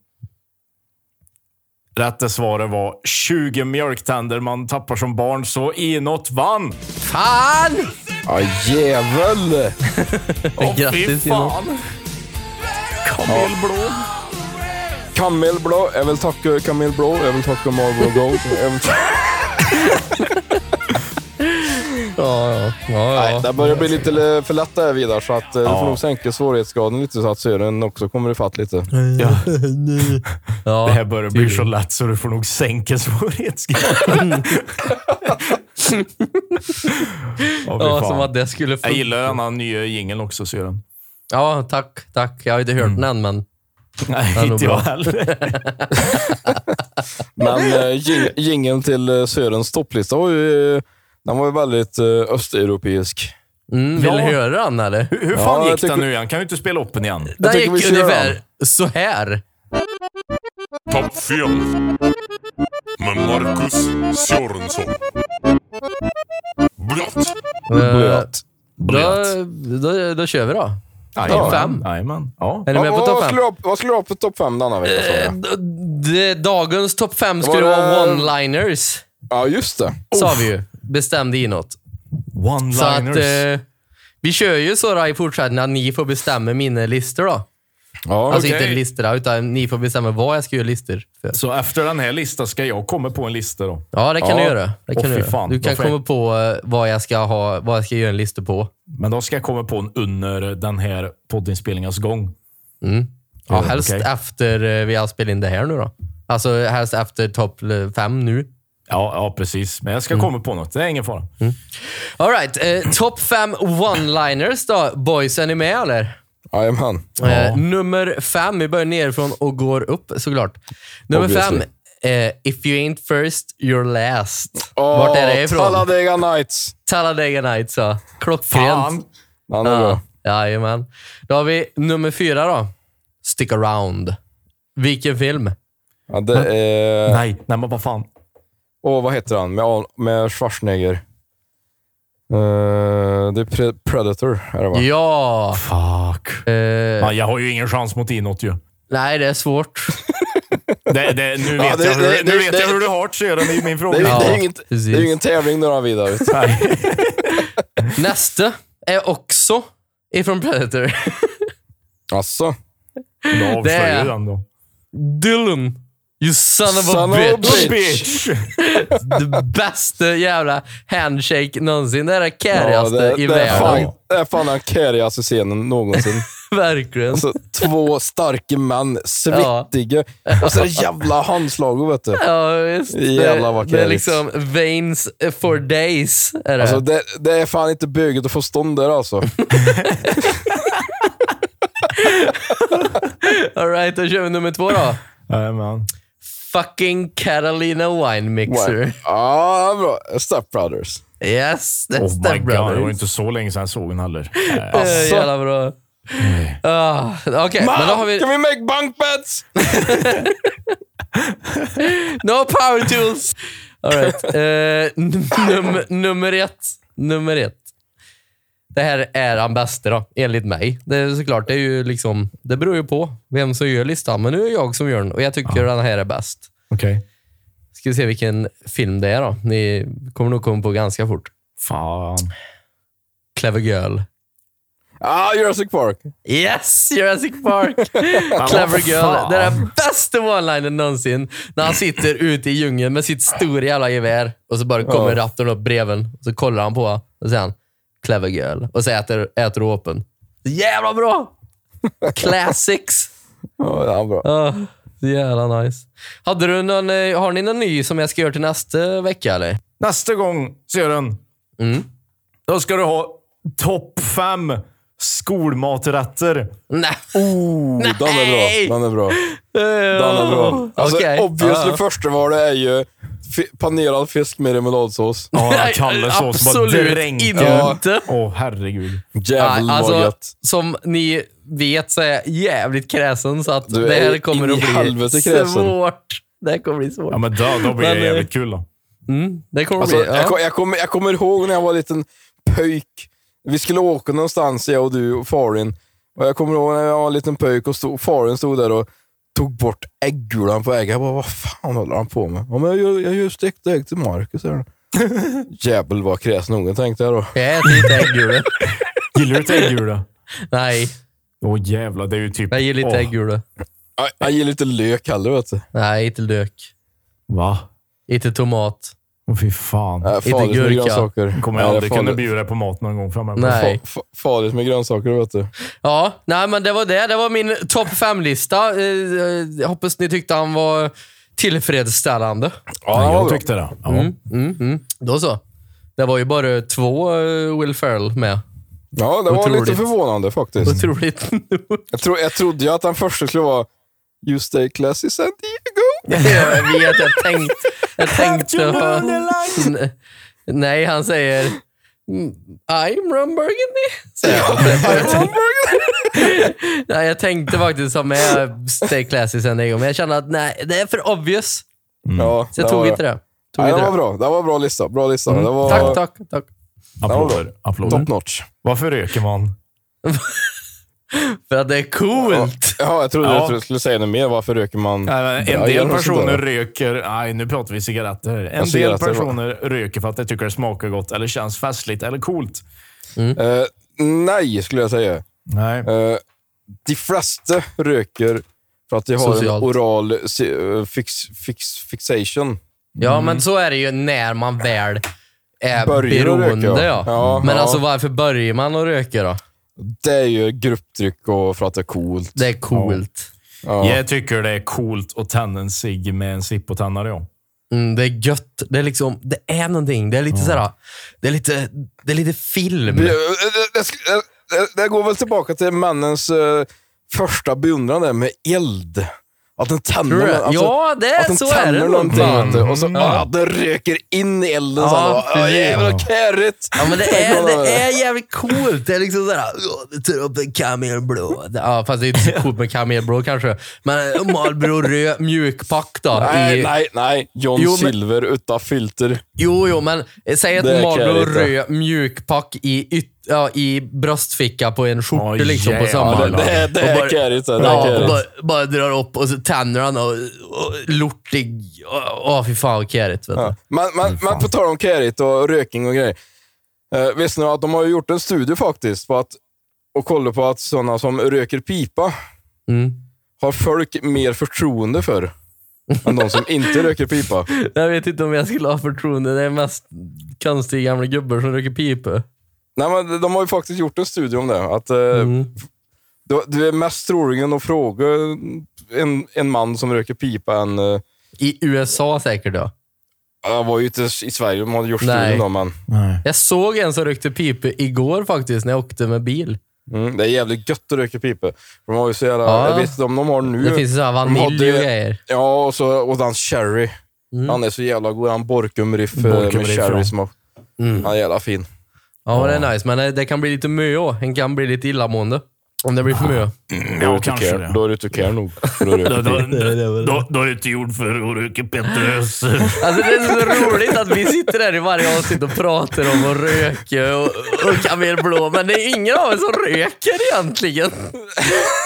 S10: Rätta svaret var 20 mjölktänder man tappar som barn, så Inåt vann.
S1: Fan!
S2: Ja, Ah, jävel!
S10: Åh,
S1: Grattis, Inåt.
S10: Kamel Blå.
S2: Camille Blå. Jag vill tacka Camille Blå. Jag vill tacka Marlboro Gold. Jag vill...
S1: Ja, ja. ja,
S2: Nej,
S1: ja.
S2: det börjar bli lite le- för lätt där vidare, så att, eh, du
S10: Ja.
S2: får nog sänka svårighetsgraden lite så att Sören också kommer ifatt lite.
S1: ja.
S10: Det här börjar bli så lätt så
S1: <laughs>
S10: du får nog sänka svårighetsgraden. Åh, fy
S1: Ja,
S10: fan.
S1: som att det skulle
S10: Jag
S1: funka.
S10: gillar den här nya jingeln också, syrran.
S1: Ja, tack, tack. Jag har inte hört den än, men
S10: Nej,
S1: är nog
S10: <laughs> inte
S1: bra.
S10: jag heller.
S2: Men eh, jing- jingeln till eh, Sörens topplista var ju, eh, den var ju väldigt eh, östeuropeisk.
S1: mm, vill
S10: Ja.
S1: du höra den eller?
S10: Hur
S2: Ja,
S10: fan
S2: jag
S10: gick
S2: tycker-
S10: den nu igen? Kan vi inte spela upp den igen?
S1: Den
S2: tycker vi
S1: gick
S2: kör den.
S1: ungefär så här.
S6: Topp 5 med Marcus Sörensson. Blött.
S1: Eh,
S2: Blöt.
S1: Då, då, då kör vi då.
S10: Jajamän,
S1: fem.
S10: Jajamän. Ja.
S1: Är ni med på
S2: vad,
S1: topp Eh,
S2: vad
S1: 5?
S2: skulle jag- vad skulle du ha på topp fem denna vecka? sa jag?
S1: Dagens topp 5 skulle
S2: Var det-
S1: vara one-liners,
S2: Ja, just det.
S1: sa vi ju. Bestämde inåt. Så att,
S10: One-liners.
S1: eh, vi kör ju så då i fortsättningen att ni får bestämma mina listor då.
S2: Ja,
S1: Alltså
S10: Okej.
S1: inte listor, utan ni får bestämma vad jag ska göra listor för.
S10: Så efter den här listan ska jag komma på en lista då.
S1: Ja, det kan
S2: Ja.
S1: du göra. Det
S10: Åh,
S1: kan du,
S10: fy
S1: göra.
S10: fan,
S1: du kan
S10: vad fräckt.
S1: komma på eh, vad jag ska ha, vad jag ska göra en lista på.
S10: Men då ska jag komma på en under den här poddinspelningens gång.
S1: Ja,
S10: Ja,
S1: helst
S10: okej.
S1: efter eh, vi har spelat in det här nu då. Alltså helst efter topp eh, fem nu.
S10: Ja, ja precis. Men jag ska komma på något. Det är ingen fara.
S1: Alright, eh, topp fem one-liners då. Boys, är ni med eller?
S2: Jajamän.
S1: Eh, nummer fem, vi börjar nerifrån och går upp såklart. Nummer
S2: Obviously.
S1: fem, eh, If you ain't first, you're last.
S2: Åh,
S1: Vart är det ifrån?
S2: Talladega Nights.
S1: Talladega Nights, ja.
S10: Fan!
S1: Klockrent.
S2: Den är bra.
S1: Ja, jajamän. Då har vi nummer fyra då. Stick around. Vilken film?
S2: Ja, det är...
S10: Nej, nej men vad fan.
S2: Åh, vad heter han med, Al- med Schwarzenegger? Eh, det är Pre- Predator, är det va?
S1: Ja!
S10: Fuck.
S1: Eh,
S10: Ja, jag har ju ingen chans mot inåt ju.
S1: nej, det är
S2: <laughs>
S1: svårt.
S10: Det, det, nu vet
S2: det-
S10: jag hur,
S2: det-
S10: nu
S2: det-
S10: vet
S2: det-
S10: jag hur du har Sören i min
S2: Det är,
S10: fråga.
S2: ju- det är
S1: Ja,
S2: ju inget, det
S1: precis.
S2: är ju ingen tävling
S1: <laughs>
S2: några vidare. vet du.
S10: Nej.
S1: Nästa är också ifrån Predator.
S2: Alltså,
S10: Då
S1: Det
S10: avslöjar
S1: är-
S10: jag den då.
S1: Dylan. You son of a
S2: Son of a
S1: bitch.
S2: bitch.
S10: Bitch!
S1: Det bästa jävla handshake någonsin. Det är det
S2: ja,
S1: kärigaste
S2: det,
S1: i
S2: det, är
S1: världen.
S2: fan, det är fan den kärigaste scenen någonsin.
S1: <laughs> Verkligen.
S2: Alltså, två starka män, svettiga. Och så det jävla handslaget, vet du.
S1: Ja, visst.
S2: Jävlar vad
S1: det, det är
S2: kärigt.
S1: liksom veins for days. Är det.
S2: Alltså, det, det är fan inte böget att få stånd där
S1: <laughs>
S2: alltså.
S1: All right, då kör vi nummer två då.
S10: Jajamän.
S1: Fucking Catalina Wine Mixer.
S2: Ja, bra. Step Brothers.
S1: Yes, that's
S10: Oh
S1: the
S10: my god, det var
S1: brother.
S10: inte så länge sedan jag såg
S1: <laughs>
S10: den heller.
S1: Alltså. Jävla bra. Ah, Okej, men då har vi...
S2: Kan vi make bunk beds?
S1: No power tools! <laughs> All right. eh, num- nummer ett. Nummer ett. Det här är han bästa då, enligt mig. Det är såklart, det är ju liksom... Det beror ju på vem som gör listan, men nu är det jag som gör den och jag tycker den här är bäst.
S10: Okej.
S1: Ska vi se vilken film det är då. Ni kommer nog komma på ganska fort.
S10: Fan.
S1: Clever Girl.
S2: Ah, Jurassic Park.
S1: Yes! Jurassic Park! Clever
S10: vad
S1: Girl.
S10: fan.
S1: Det är den bästa one-linern någonsin. När han sitter ute i djungeln med sitt stora jävla gevär och så bara kommer
S2: Ja.
S1: ratten upp bredvid och så kollar han på honom och säger han Clever Girl. Och så äter, äter åpen. Jävla
S2: <laughs>
S1: bra! Classics!
S2: Ja, det är bra.
S1: Ah, så jävla nice. Hade du någon, eh, har ni någon ny som jag ska göra till nästa vecka eller?
S10: Nästa gång, Sören,
S1: Mm.
S10: då ska du ha topp fem skolmaträtter.
S1: Nej.
S2: Oh, den är
S1: Nej!
S2: bra. Den är bra. Den är bra. Alltså,
S1: Okej.
S2: obviously
S1: Ja.
S2: första var det är ju fi- panerad fisk med remouladsås.
S10: Ja,
S1: <laughs> Nej, Absolut inte.
S2: Ja.
S10: Åh, herregud.
S2: Jävlar
S1: Nej,
S2: vad
S1: alltså,
S2: gött.
S1: som ni vet så är jag jävligt kräsen, så att
S2: Du
S1: det
S2: är
S1: här kommer
S2: in i
S1: att
S2: helvete
S1: bli
S2: kräsen.
S1: svårt. Det här kommer bli svårt.
S10: Ja, men då, då blir
S1: Men, eh,
S10: det jävligt kul då.
S1: Mm, det kommer
S2: Alltså,
S1: bli... Ja.
S2: jag, kom- jag, kommer, jag kommer ihåg när jag var en liten pöjk. Vi skulle åka någonstans, jag och du och Farin. Och jag kommer ihåg när jag var en liten pöjk och stod, Farin stod där och tog bort äggulan på ägg. Jag bara, vad fan håller han på med? Ja, men jag, gör- jag gör stekt ägg till
S1: <laughs>
S2: Marcus. här. Jävel vad kräsen ungen tänkte jag då.
S1: Jag äter inte
S2: <laughs>
S1: äggulor.
S10: Gillar du inte äggula?
S1: Nej,
S10: Åh jävlar, det är ju typ...
S1: jag gillar inte
S10: Åh,
S1: äggulor.
S2: Jag, jag gillar inte lök heller vet du.
S1: Nej, inte lök.
S10: Va?
S1: Inte tomat.
S10: Åh fy fan.
S2: Äh,
S1: Inte
S2: farligt med
S1: gurka.
S2: grönsaker.
S10: Kommer jag
S2: Nej,
S10: aldrig
S2: farligt-
S10: kunna bjuda dig på mat någon gång framöver.
S1: Nej.
S2: fa- fa- Farligt med grönsaker vet du.
S1: Ja, nej men det var det. Det var min topp fem-lista. Eh, eh, Jag hoppas ni tyckte han var tillfredsställande.
S10: Ja,
S2: det var
S10: jag
S2: bra.
S10: tyckte det. Ja.
S1: Mm, mm. Då så. Det var ju bara två eh, Will Ferrell med.
S2: Ja, det var lite
S1: Otroligt.
S2: förvånande faktiskt.
S1: Otroligt <laughs> nog.
S2: Jag, tro, jag trodde ju att den första skulle vara You stay classy San Diego.
S1: Jag vet, jag tänkte... Jag tänkte ha, N- nej, han säger "Mm, I'm Ron Burgundy. Säger han. nej, jag tänkte faktiskt ha med Stay Classy sen en gång, men jag kände att nej, det är för obvious.
S2: Ja,
S1: Så jag
S2: det
S1: tog
S2: var-
S1: inte det. Tog
S2: Nej, det
S1: inte
S2: var bra. Det var bra lista. Bra lista. Det var
S1: Tack, tack, tack.
S10: Applåder. Applåder.
S2: top notch.
S10: Varför röker man?
S1: För att det är coolt.
S2: Ja, jag trodde
S10: Ja.
S2: du skulle säga något mer. Varför röker man?
S10: Nej, men En
S2: Ja, gör
S10: del
S2: något sånt
S10: personer
S2: där.
S10: röker... Nej, nu pratar vi cigaretter. En del
S2: cigaretter,
S10: personer röker för att de tycker det smakar gott eller känns festligt eller coolt.
S2: Eh, nej, skulle jag säga.
S10: Nej.
S2: Eh, de flesta röker för att de har
S1: Socialt.
S2: en oral si- eh, fix, fix, fixation.
S1: Ja, men så är det ju när man väl är
S2: Mm. Börjar att
S1: beroende.
S2: röka, ja.
S1: ja.
S2: Ja,
S1: men
S2: ja.
S1: alltså varför börjar man att röka då?
S2: Det är ju grupptryck och för att det är coolt.
S1: Det är coolt.
S10: Jag tycker det är coolt att tända en cigg med en sippotändare. Ja.
S1: Mm, det är gött. Det är liksom, det är någonting. Det är lite såhär, det är lite, det är lite film.
S2: Det, Eh, det, det, sk- eh, det, det går väl tillbaka till männens eh, första beundran där med eld. Att den tänder,
S1: Tror du det?
S2: någon- alltså,
S1: Ja, det är-
S2: att den
S1: så är det
S2: tänder
S1: nog
S2: någonting.
S1: fan.
S2: vet du. Och så, Att den röker in i elden. så
S1: Ja,
S2: här, Åh,
S1: precis.
S2: jävlar vad kärigt!
S1: Ja,
S2: <laughs>
S1: men det är, det är jävligt coolt. Det är liksom såhär, "Åh, vi tar upp en kamelblå. Ja, fast det är inte så coolt med kamelblå kanske. Men eh, Marlboro röd mjukpack då.
S2: Nej,
S1: i,
S2: nej, nej. John
S1: Jo, men-
S2: Silver utan filter.
S1: Jo, jo, men eh, säg ett
S2: Det kan jag
S1: Marlboro
S2: lite.
S1: röd mjukpack i, yt, ja, i bröstficka på en skjorta
S10: Åh,
S1: liksom på
S10: jävlar.
S1: sommaren.
S10: Ja,
S2: Det är, det
S1: Och
S2: är
S1: bara-
S2: kärigt. Det är
S1: Ja, och
S2: kärigt.
S1: bara, bara drar upp och så tänder han och, och lortig. Åh, fy fan vad kärigt. Vet du.
S2: Ja. Men, men, men på tal om kärigt och röking och grejer. Eh, visste ni att de har ju gjort en studie faktiskt på att, och kollat på att sådana som röker pipa
S1: Mm.
S2: har folk mer förtroende för än de som
S1: <laughs>
S2: inte röker pipa.
S1: Jag vet inte om jag skulle ha förtroende. Det är mest konstiga gamla gubbar som röker pipa.
S2: Nej, men de har ju faktiskt gjort en studie om det. Att, eh,
S1: Mm.
S2: du, du är mest troligen att fråga en, en man som röker pipa än... Eh,
S1: I USA säkert då.
S2: jag var ju inte i Sverige de hade gjort
S1: Nej.
S2: studien då, men
S1: Jag såg en som rökte pipa igår faktiskt när jag åkte med bil.
S2: mm, det är jävligt gött att röka pipa. De har ju så jävla...
S1: Ja.
S2: Jag vet inte om de har nu...
S1: Det finns sådana
S2: de
S1: vanilj
S2: hade ju-
S1: och grejer.
S2: Ja, och, så, och hans Cherry.
S1: Mm.
S2: Han är så jävla god. Han Borkum-riff eh, med
S10: Borkum-riff,
S2: Cherry
S10: ja.
S2: som har...
S1: Mm.
S2: Han är jävla fin.
S1: Ja, det är nice. Men det- det kan bli lite mö också. En kan bli lite illamående. Om det blir för mö.
S10: Ja,
S2: Då är
S10: kanske
S2: du
S10: det.
S2: care- Då är du inte care nog. för att
S10: <laughs>
S2: röka
S10: Då, då,
S2: <laughs> pipa.
S10: då, då, då är det inte gjord för att röka Petrus.
S1: Alltså det är så roligt att vi sitter där i varje avsnitt och pratar om att röka och, och kamelblå, men det är ingen av oss som röker egentligen.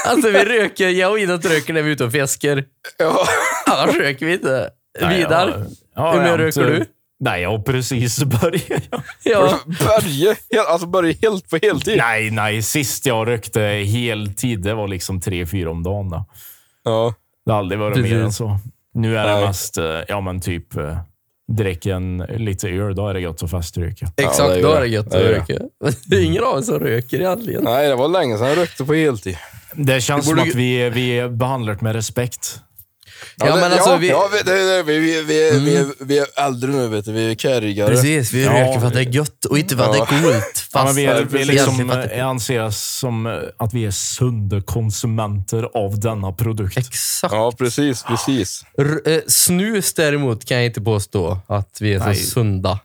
S1: Alltså vi röker, jag och Inåt röker när vi är ute och fiskar.
S2: Ja.
S1: Annars röker vi inte.
S10: Nej,
S1: Vidar,
S10: <laughs> ja,
S1: hur
S10: jag har
S1: mycket
S10: inte-
S1: röker du?
S10: Nej, jag har precis <laughs> börjat.
S1: Ja.
S2: Börje, hel- alltså Börje helt på heltid.
S10: Nej, nej. Sist jag rökte heltid, det var liksom tre, fyra om dagen. Då.
S2: Ja.
S10: Det har aldrig varit
S1: Precis.
S10: mer än så. Nu är
S2: Nej.
S10: det mest, eh, ja men typ, eh, drick en lite öl, då är det gött att feströka.
S2: Ja, det
S1: Exakt,
S2: är
S1: då
S2: det.
S1: är det gött att
S2: Det är det.
S1: röka. Det är ingen av oss som röker egentligen.
S2: Nej, det var länge sedan jag rökte på heltid.
S10: Det känns
S1: Det borde
S10: som att
S1: ju-
S10: vi, vi behandlar det med respekt.
S1: Ja, men
S2: det-
S1: alltså,
S2: ja,
S1: vi- Mm.
S2: ja, vi, det, det, vi, vi, vi, vi, är- vi är äldre nu, vet du. Vi är kärrigare.
S1: Precis, vi röker för att det är gött och inte för att det är coolt. Fast
S10: Ja, men vi är, vi är
S1: egentligen
S10: liksom,
S1: för att det-
S10: eh, anses som eh, att vi är sunda konsumenter av denna produkt.
S1: Exakt.
S2: Ja, precis, precis.
S1: R- eh, snus däremot kan jag inte påstå att vi är så
S10: Nej.
S1: sunda.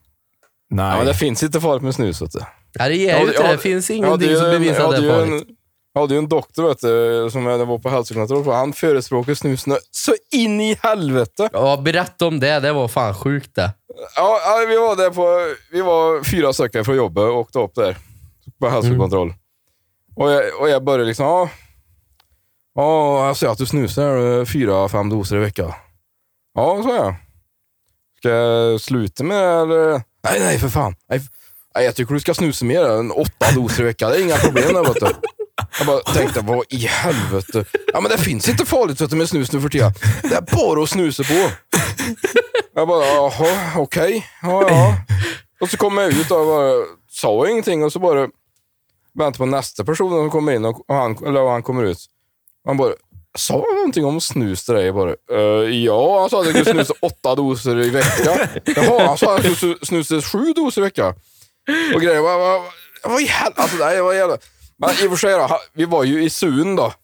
S10: Nej.
S2: Ja, men det finns inte farligt med snus, vet du.
S1: Nej, det är ju inte det. Det finns ingenting
S2: hade ju
S1: som
S2: en-
S1: bevisar att
S2: hade
S1: det
S2: ju
S1: är
S2: en-
S1: farligt.
S2: Jag hade ju en doktor vet du, som jag var på hälsokontroll på. Han förespråkar snusen så in i helvete.
S1: Ja, berätta om det. Det var fan sjukt det.
S2: Ja, ja, vi, var där på, vi var fyra stycken från jobbet och åkte upp där på hälsokontroll. Och, jag, och jag började liksom, ja, ja jag ser att du snusar eh, fyra, fem doser i veckan. Ja, sa jag. Ska jag sluta med det eller? Nej, nej för fan. Nej, f- nej, jag tycker du ska snusa mer än åtta doser i veckan. Det är inga problem där vet du. Jag bara tänkte, vad i helvete? Ja, men det finns inte farligt vet du, med snus nu för tiden. Det är bara att snusa på. Jag bara, jaha, okej. Ja,
S10: <laughs>
S2: ja. Och så kom jag ut och bara, sa ingenting och så bara väntade på nästa person som kommer in och och han, eller han kommer ut. Han bara, Sa han någonting om snus till dig? Bara, eh, ja, han sa att jag skulle
S10: <laughs>
S2: snusa åtta doser i veckan. Jaha, han sa att jag skulle snusa sju doser i veckan. Och grejer. Vad, vad, vad i helvete? Alltså, nej, vad jävla... Men i och för sig då, ha- vi var ju i Sun då. Så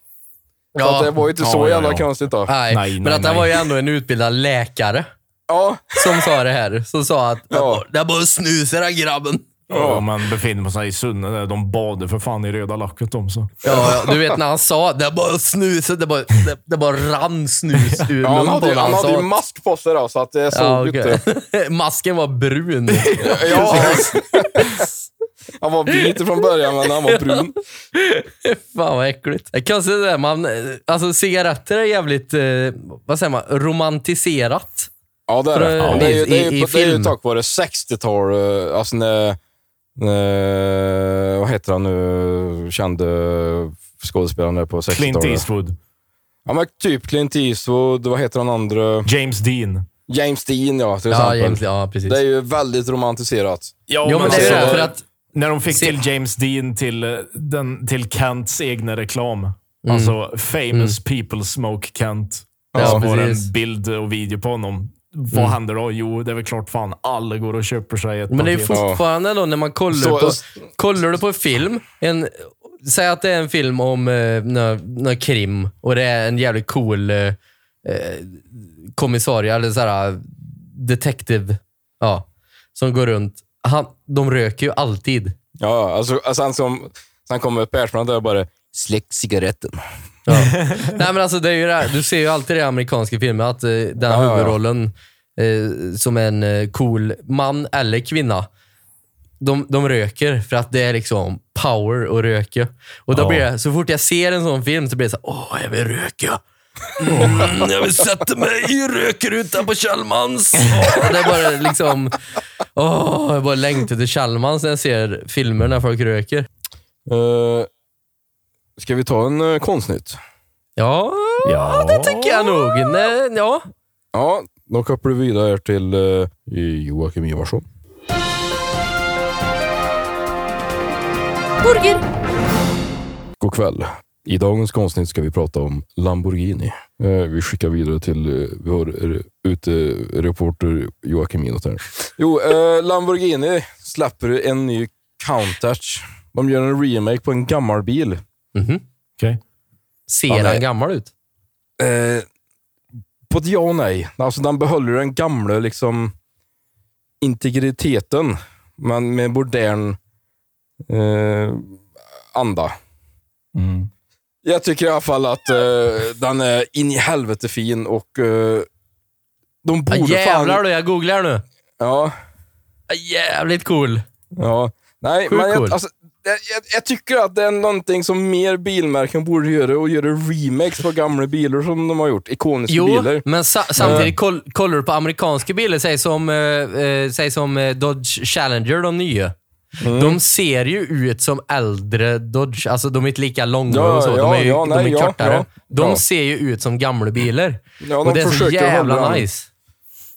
S1: Ja.
S2: att det var ju inte så
S10: Ja, ja,
S2: jävla
S10: ja.
S2: konstigt då.
S1: Nej,
S10: Nej,
S1: men
S10: nej,
S1: att det
S10: nej.
S1: var ju ändå en utbildad läkare
S2: Ja,
S1: som sa det här. Som sa att
S2: Ja.
S1: "Det är bara- det är bara att snusa den grabben.
S10: Och man befinner sig i Sunne där. De badar för fan i röda lacket de så.
S1: Ja, ja, du vet när han sa det är bara att snusa, det bara, det, det bara rann snus ur
S2: ja han
S1: munnen på
S2: hade, ju-
S1: honom.
S2: han hade ju
S1: sa.
S2: mask på sig då, så att det såg
S1: Ja,
S2: ju
S1: okej. <laughs>
S2: inte...
S1: Masken var brun.
S2: Ja. <laughs> han var vit från början, men han var brun.
S1: Fan vad äckligt. Jag kan säga det, där, man, alltså cigaretter är jävligt, eh, vad säger man, romantiserat.
S2: Ja, det är det.
S1: Ja,
S2: det, är ju,
S1: i-
S2: det, är
S1: i
S2: ju, det är ju
S1: film.
S2: tack vare 60-tal, eh, alltså när, när, vad heter han nu, kände skådespelaren där på 60-talet?
S10: Clint Eastwood.
S2: Ja, men typ Clint Eastwood, vad heter han andra?
S10: James Dean.
S2: James Dean ja, till
S1: Ja,
S2: exempel.
S1: egentligen, ja precis.
S2: Det är ju väldigt romantiserat.
S1: jo, men det är ju det, för att
S10: När de fick
S1: Se-
S10: till James Dean till, eh, den, till Kents egna reklam.
S1: Mm.
S10: Alltså famous people smoke Kent.
S1: Ja,
S10: Ja, var
S1: precis. Mm.
S10: en bild och video på honom. Vad händer då? Jo, det är väl klart fan alla går och köper sig ett
S1: Men det är ju
S10: paket.
S1: fortfarande då när man kollar,
S2: Så-
S1: på, kollar du på film, en, säg att det är en film om eh, nå- nå krim och det är en jävligt cool eh, eh, kommissarie eller såhär detective ja, som går runt. Han, de röker ju alltid.
S2: Ja, alltså, alltså han som, sen kommer Persbrandt där och bara “släck cigaretten”.
S1: Ja. Nej, men alltså, det är ju det här. Du ser ju alltid det i amerikanska filmer, att eh, den
S2: Ja, ja, ja.
S1: huvudrollen eh, som en eh, cool man eller kvinna, de, de röker för att det är liksom power att röka. Och då
S10: Ja.
S1: blir det, så fort jag ser en sån film så blir det så här, åh, jag vill röka. Mm, jag vill sätta mig och röker utan på Chalmans. Åh, det är bara liksom, åh, jag bara längtar till Chalmans när jag ser filmer när folk röker.
S2: Uh, ska vi ta en uh, konstnytt?
S1: Ja,
S10: Ja.
S1: det tycker jag nog. Nej, ja.
S2: Ja, då kopplar vi vidare här till eh, Joakim Ivarsson. God kväll. I dagens konstnytt ska vi prata om Lamborghini. Eh, Vi skickar vidare till eh, vår re- utereporter Joakim Inot här. Jo, eh, Lamborghini släpper en ny Countach. De gör en remake på en gammal bil.
S10: Okej.
S1: Ser
S2: Ja, nej.
S1: han gammal ut?
S2: Eh, på ett ja och nej. Alltså, den behåller den gamla liksom, integriteten, men med modern eh, anda.
S10: Mm.
S2: Jag tycker i alla fall att eh, den är in i helvete fin och eh, de
S1: Ja,
S2: borde
S1: jävlar
S2: fan...
S1: du, jag googlar nu.
S2: Ja,
S1: Ja, jävligt cool.
S2: ja. Nej,
S1: Sjukt
S2: men jag,
S1: cool.
S2: alltså, jag, jag, jag tycker att det är någonting som mer bilmärken borde göra och göra remakes på gamla bilar som de har gjort. Ikoniska
S1: Jo,
S2: bilar.
S1: men sa- samtidigt koll, kollar du på amerikanska bilar, säg som, eh, eh, säg som eh, Dodge Challenger, de nya.
S2: Mm.
S1: De ser ju ut som äldre Dodge. Alltså de är inte lika långa
S2: Ja,
S1: och så. De
S2: ja,
S1: är, ju-
S2: ja,
S1: de
S2: nej,
S1: är
S2: ja,
S1: kortare.
S2: ja,
S1: de
S2: ja.
S1: ser ju ut som gamla bilar.
S2: Ja, de
S1: och det är så
S2: försöker hålla
S1: jävla
S2: den.
S1: nice.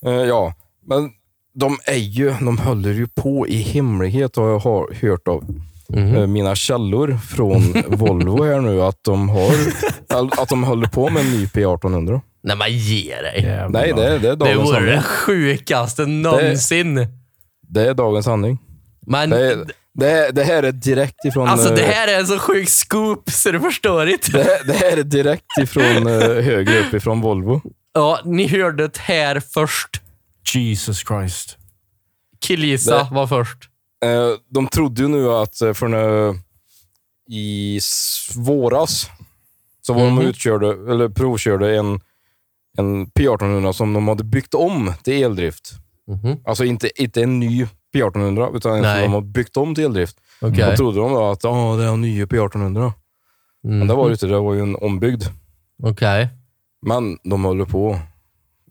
S2: Eh, ja, men de är ju, de håller ju på i hemlighet har jag har hört av
S1: Mhm.
S2: eh, mina källor
S1: <laughs>
S2: från Volvo här nu att de har, att de håller på med en ny P1800.
S1: Nej, men ge dig.
S10: Jävlar.
S2: Nej, det, är- det
S1: Det
S2: är dagens
S1: vore
S2: sanning.
S1: det sjukaste någonsin.
S2: Det är dagens sanning.
S1: Men
S2: Det, är, det, är, det här är direkt ifrån...
S1: alltså det
S2: eh,
S1: här är en så sjuk scoop så du förstår inte.
S2: det, här- <laughs> det här är direkt ifrån eh, högre upp ifrån Volvo.
S1: Ja, ni hörde det här först.
S10: Jesus Christ.
S1: Killgissa
S2: Det-
S1: var först.
S2: Eh, de trodde ju nu att eh, från eh, i s- våras så var
S1: Mhm.
S2: de utkörde, eller provkörde en, en P1800 som de hade byggt om till eldrift.
S1: Mhm.
S2: Alltså inte, inte en ny P1800, utan en som
S1: Nej.
S2: de har byggt om till eldrift.
S1: Okej.
S2: Då trodde de då att "Ja, det är en ny P1800. Men det var
S1: Mhm.
S2: det inte, det var ju en ombyggd.
S1: Okej.
S2: Men de håller på.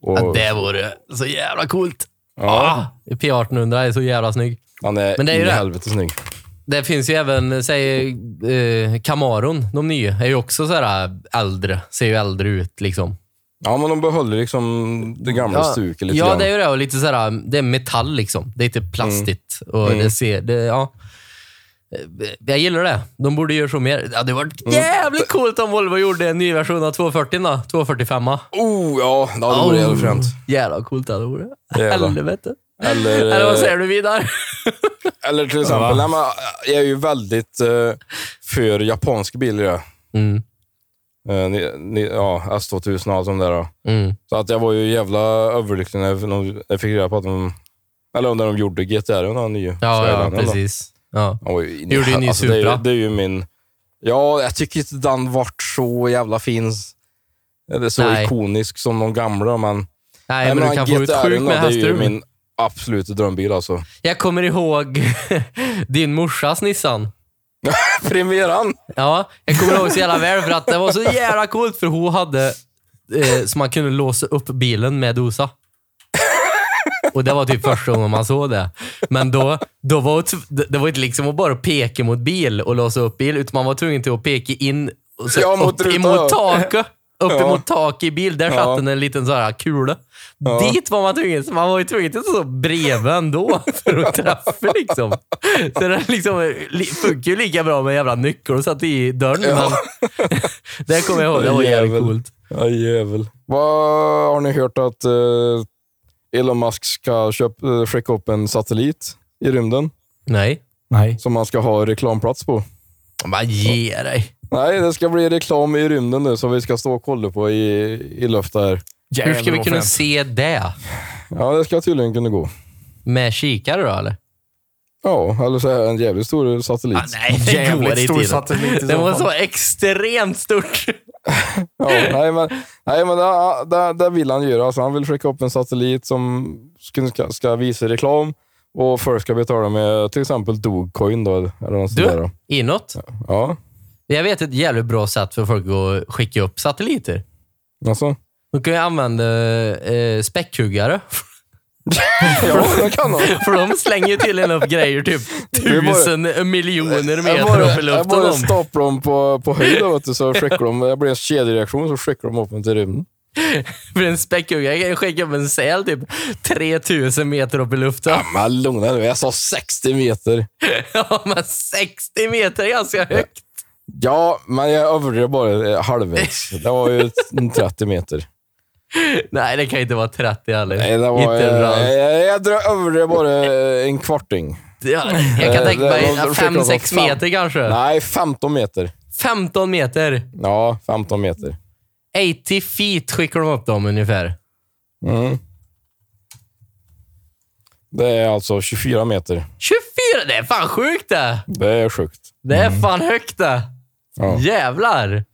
S2: Och,
S1: Ja, det vore så jävla coolt.
S2: ja,
S1: Ah, P1800 är så jävla snygg.
S2: han är,
S1: Men det är ju
S2: in i
S1: det.
S2: helvete snygg.
S1: Det finns ju även, säg eh, Camaron, de nya, är ju också så här äh, äldre. Ser ju äldre ut liksom.
S2: Ja, men de behåller liksom det gamla stuket lite
S1: ja
S2: grann.
S1: det äh, är ju
S2: Mm.
S1: det. Och lite så här, det är metall liksom. Det är inte plastigt. Och det ser, det, ja. Eh, Jag gillar det. De borde göra så mer. Ja, det var
S2: Mm.
S1: jävligt coolt om Volvo gjorde en ny version av 240 då. 245
S2: Oh, ja. ja det vore jävligt fränt.
S1: Jävla coolt det vore.
S2: Jävlar.
S1: Helvete.
S2: Eller, eh,
S1: Eller vad säger du Vidar?
S2: Eller till exempel, nej, men jag är ju väldigt eh, för japanska bilar. jag.
S1: Mm.
S2: Eh, ni, ni, ja, S2000 och allt de där. Då.
S1: Mm.
S2: Så att jag var ju jävla överlycklig när de- jag fick reda på att de... Eller när de gjorde GTR, den här nya.
S1: Ja, ja,
S2: Skylinern då.
S1: precis. Ja.
S2: Han var ju in i
S1: Gjorde ju
S2: hel-
S1: ny
S2: det, är,
S1: Supra.
S2: ju- det är ju min... Ja, jag tycker inte den vart så jävla fin. Eller så
S1: Nej.
S2: ikonisk som de gamla, men...
S1: Nej, men du kan få ut
S2: GTR
S1: sjukt med
S2: Det är ju
S1: hästrum.
S2: min absoluta drömbil alltså.
S1: Jag kommer ihåg <laughs> din morsas Nissan.
S2: <laughs> Primeran!
S1: Ja, jag kommer ihåg så jävla väl för att det var så jävla coolt för hon hade eh, så man kunde låsa upp bilen med dosa. Och det var typ första gången man såg det. Men då, då var det, det det var inte liksom att bara peka mot bil och låsa upp bil, utan man var tvungen till att peka in och så
S2: Ja, mot
S1: upp
S2: rutan,
S1: emot
S2: ja.
S1: taket. Upp
S2: Ja.
S1: emot taket i bil, där satt
S2: Ja.
S1: den en liten sån här kula. Dit var man tvungen, så man var ju tvungen till att stå bredvid ändå för att träffa liksom. Så det liksom, li- funkar ju lika bra med en jävla nyckel och satt i dörren. Men <laughs> det kommer jag ihåg, det var jävligt
S2: Jävel.
S1: coolt.
S2: Ja, jävel. Vad har ni hört att eh, Elon Musk ska köp, eh, skicka upp en satellit i rymden
S1: Nej,
S10: Nej.
S2: som man ska ha reklamplats på?
S1: men ge dig.
S2: Nej, det ska bli reklam i rymden nu som vi ska stå och kolla på i, i luften här.
S1: Hur ska vi kunna
S10: Jävlar,
S1: se det?
S2: Ja, det ska tydligen kunna gå.
S1: Med kikare då eller?
S2: Ja, eller så är det en jävligt stor satellit.
S1: Ah, nej, det
S10: Jävligt
S1: går
S10: stor
S1: inte.
S10: satellit i
S1: Det
S10: så
S1: var
S10: fall.
S1: så extremt stort.
S2: Ja, <laughs> nej, men, nej, men det, det, det vill han göra. Alltså, han vill skicka upp en satellit som ska, ska- ska visa reklam och folk ska betala med till exempel Dogecoin. Då, eller något sånt där,
S1: Du,
S2: då.
S1: inåt.
S2: Ja,
S1: Jag vet ett jävligt bra sätt för folk att skicka upp satelliter.
S2: alltså.
S1: De kan ju använda eh, späckhuggare. <laughs>
S2: <laughs> Ja, det kan han.
S1: För de slänger ju tydligen upp grejer typ
S2: är bara-
S1: tusen eh, miljoner
S2: Jag
S1: meter upp i
S2: bara, jag
S1: luften.
S2: bara
S1: om.
S2: stoppar dem på, på höjd, då, vet du, så skickar de, det blir en kedjereaktion, så skickar de upp dem till rymden.
S1: <laughs> För en späckhuggare kan ju skicka upp en säl typ 3000 meter upp i luften.
S2: Men lugna nu, jag sa 60 meter.
S1: <laughs> Ja, men 60 meter är ganska högt.
S2: Ja, men jag överdrev bara eh, halvvägs. Det var ju ett- 30 meter.
S1: Nej, det kan ju inte vara 30 heller.
S2: Nej, det var,
S1: inte
S2: eh,
S1: bra.
S2: jag, jag drog överdrev bara eh, en kvarting.
S1: Ja, jag kan
S2: eh,
S1: tänka
S2: det-
S1: mig
S2: de- de skickar upp
S1: 5-6
S2: fem.
S1: meter kanske.
S2: Nej, 15 meter.
S1: 15 meter.
S2: Ja, 15 meter.
S1: 80 feet skickar de upp dem ungefär.
S2: Mm. Det är alltså 24 meter.
S1: 24! Det är fan sjukt det!
S2: Det är sjukt.
S1: Det är fan högt det!
S2: Ja.
S1: Jävlar!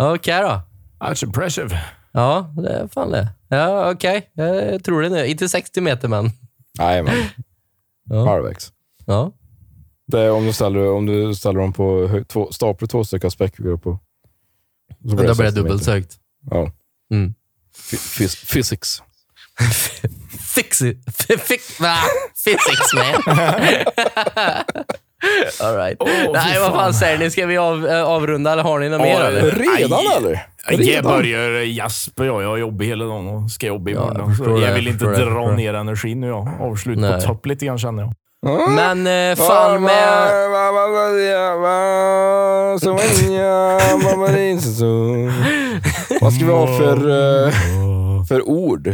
S1: Okej då.
S10: That's impressive.
S1: Ja, det är fan det. Ja, okej. Jag tror det nu. Inte 60 meter, men...
S2: Nej, men
S1: Ja.
S2: halvvägs.
S1: Ja.
S2: Det är om du ställer, om du ställer dem på hö- två, staplar två stycken späckhuggor på. Så
S1: Då blir det
S2: 60 meter.
S1: dubbelt så högt. <laughs>
S2: Ja.
S1: Mm.
S2: Fy- fys- physics.
S1: Fixi... fi- fi- va? Physics, man. <laughs> All right. Nej, vad fan säger ni? Ska vi av, eh, avrunda eller har ni något mer?
S10: Ja,
S1: Eller?
S2: Redan
S10: Aj.
S2: eller?
S10: Jag börjar eh, Jasper och jag jobbar hela dagen och ska jobba imorgon.
S1: jag förstår
S10: så jag
S1: det,
S10: vill
S1: jag
S10: inte
S1: förstår det, jag
S10: dra
S1: förstår det.
S10: ner energin nu. Jag avslutar
S1: Nej.
S10: på topp lite grann känner jag.
S1: Men eh, fan med...
S2: Vad ska vi ha för, eh, för ord?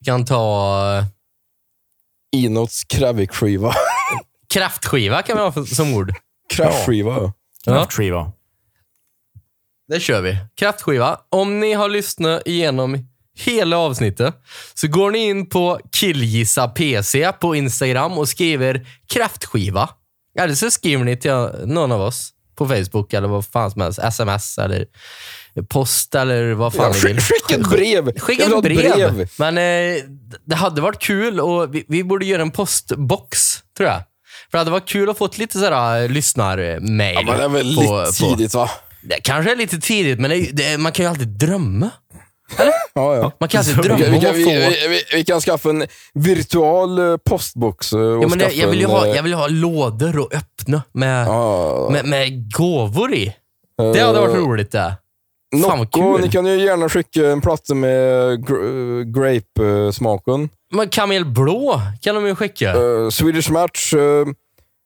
S1: Vi kan ta... eh,
S2: Inots krävikskiva. <laughs>
S1: Kraftskiva kan vi ha för- som ord.
S2: Kräftskiva.
S1: Ja.
S10: Skiva.
S1: Det kör vi. Kraftskiva. Om ni har lyssnat igenom hela avsnittet så går ni in på killgissa PC på Instagram och skriver kraftskiva. Eller så skriver ni till någon av oss på Facebook eller vad fan som helst. Sms eller post eller vad fan
S2: Ja,
S1: ni vill.
S2: skick, skick ett brev!
S1: Skicka
S2: Jag vill ha
S1: ett brev. Men eh, det hade varit kul och vi, vi borde göra en postbox, tror jag. För det hade varit kul att få lite sådär lyssnarmail.
S2: Ja, men det är väl
S1: på-
S2: lite
S1: på-
S2: tidigt va?
S1: det kanske är lite tidigt, men det, det, man kan ju alltid drömma.
S2: Ja, <laughs> ja.
S1: Man kan alltid
S2: Vi
S1: drömma
S2: kan,
S1: om
S2: vi,
S1: att få...
S2: kan, vi, vi, vi, vi kan skaffa en virtual eh, postbox. eh, Och
S1: ja, men det,
S2: skaffa
S1: jag, vill ju
S2: en,
S1: ha,
S2: eh,
S1: jag vill ju ha lådor och öppna med,
S2: ja, Eh.
S1: med, med gåvor i. Det hade varit roligt det. Fan vad
S2: Nocco,
S1: kul.
S2: ni kan ju gärna skicka en platta med gr- eh, grape-smaken.
S1: Men Kamel Blå kan de ju skicka.
S2: Eh, Swedish Match. eh,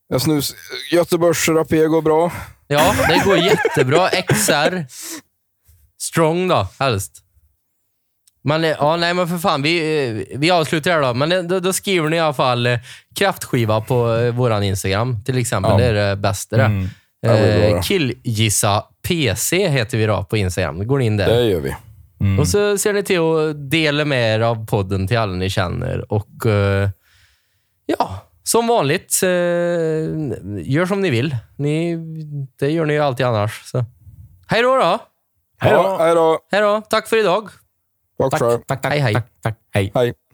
S2: jag snus. Göteborgs Rapé går bra.
S1: Ja, det går jättebra. XR. Strong då, helst. Men, eh, ja, nej, men för fan, vi, eh, vi avslutar här då. Men eh, då, då skriver ni i alla fall eh, kraftskiva på eh, våran Instagram till exempel. Det är det bästa det.
S2: det är bra,
S1: Eh,
S2: Mm. ja.
S1: Killgissa PC heter vi då på Instagram. Då går ni in där.
S2: Det gör vi.
S10: Mm.
S1: Och så ser ni till att dela med er av podden till alla ni känner. Och eh, ja, som vanligt, eh, gör som ni vill. Ni, det gör ni ju alltid annars. Så. Hej då då!
S2: Hej då. Hej då.
S1: Hej då! Tack för idag!
S2: Tack, tack.
S10: tack,
S1: Hej, hej.
S10: tack, tack. Hej.
S2: Hej.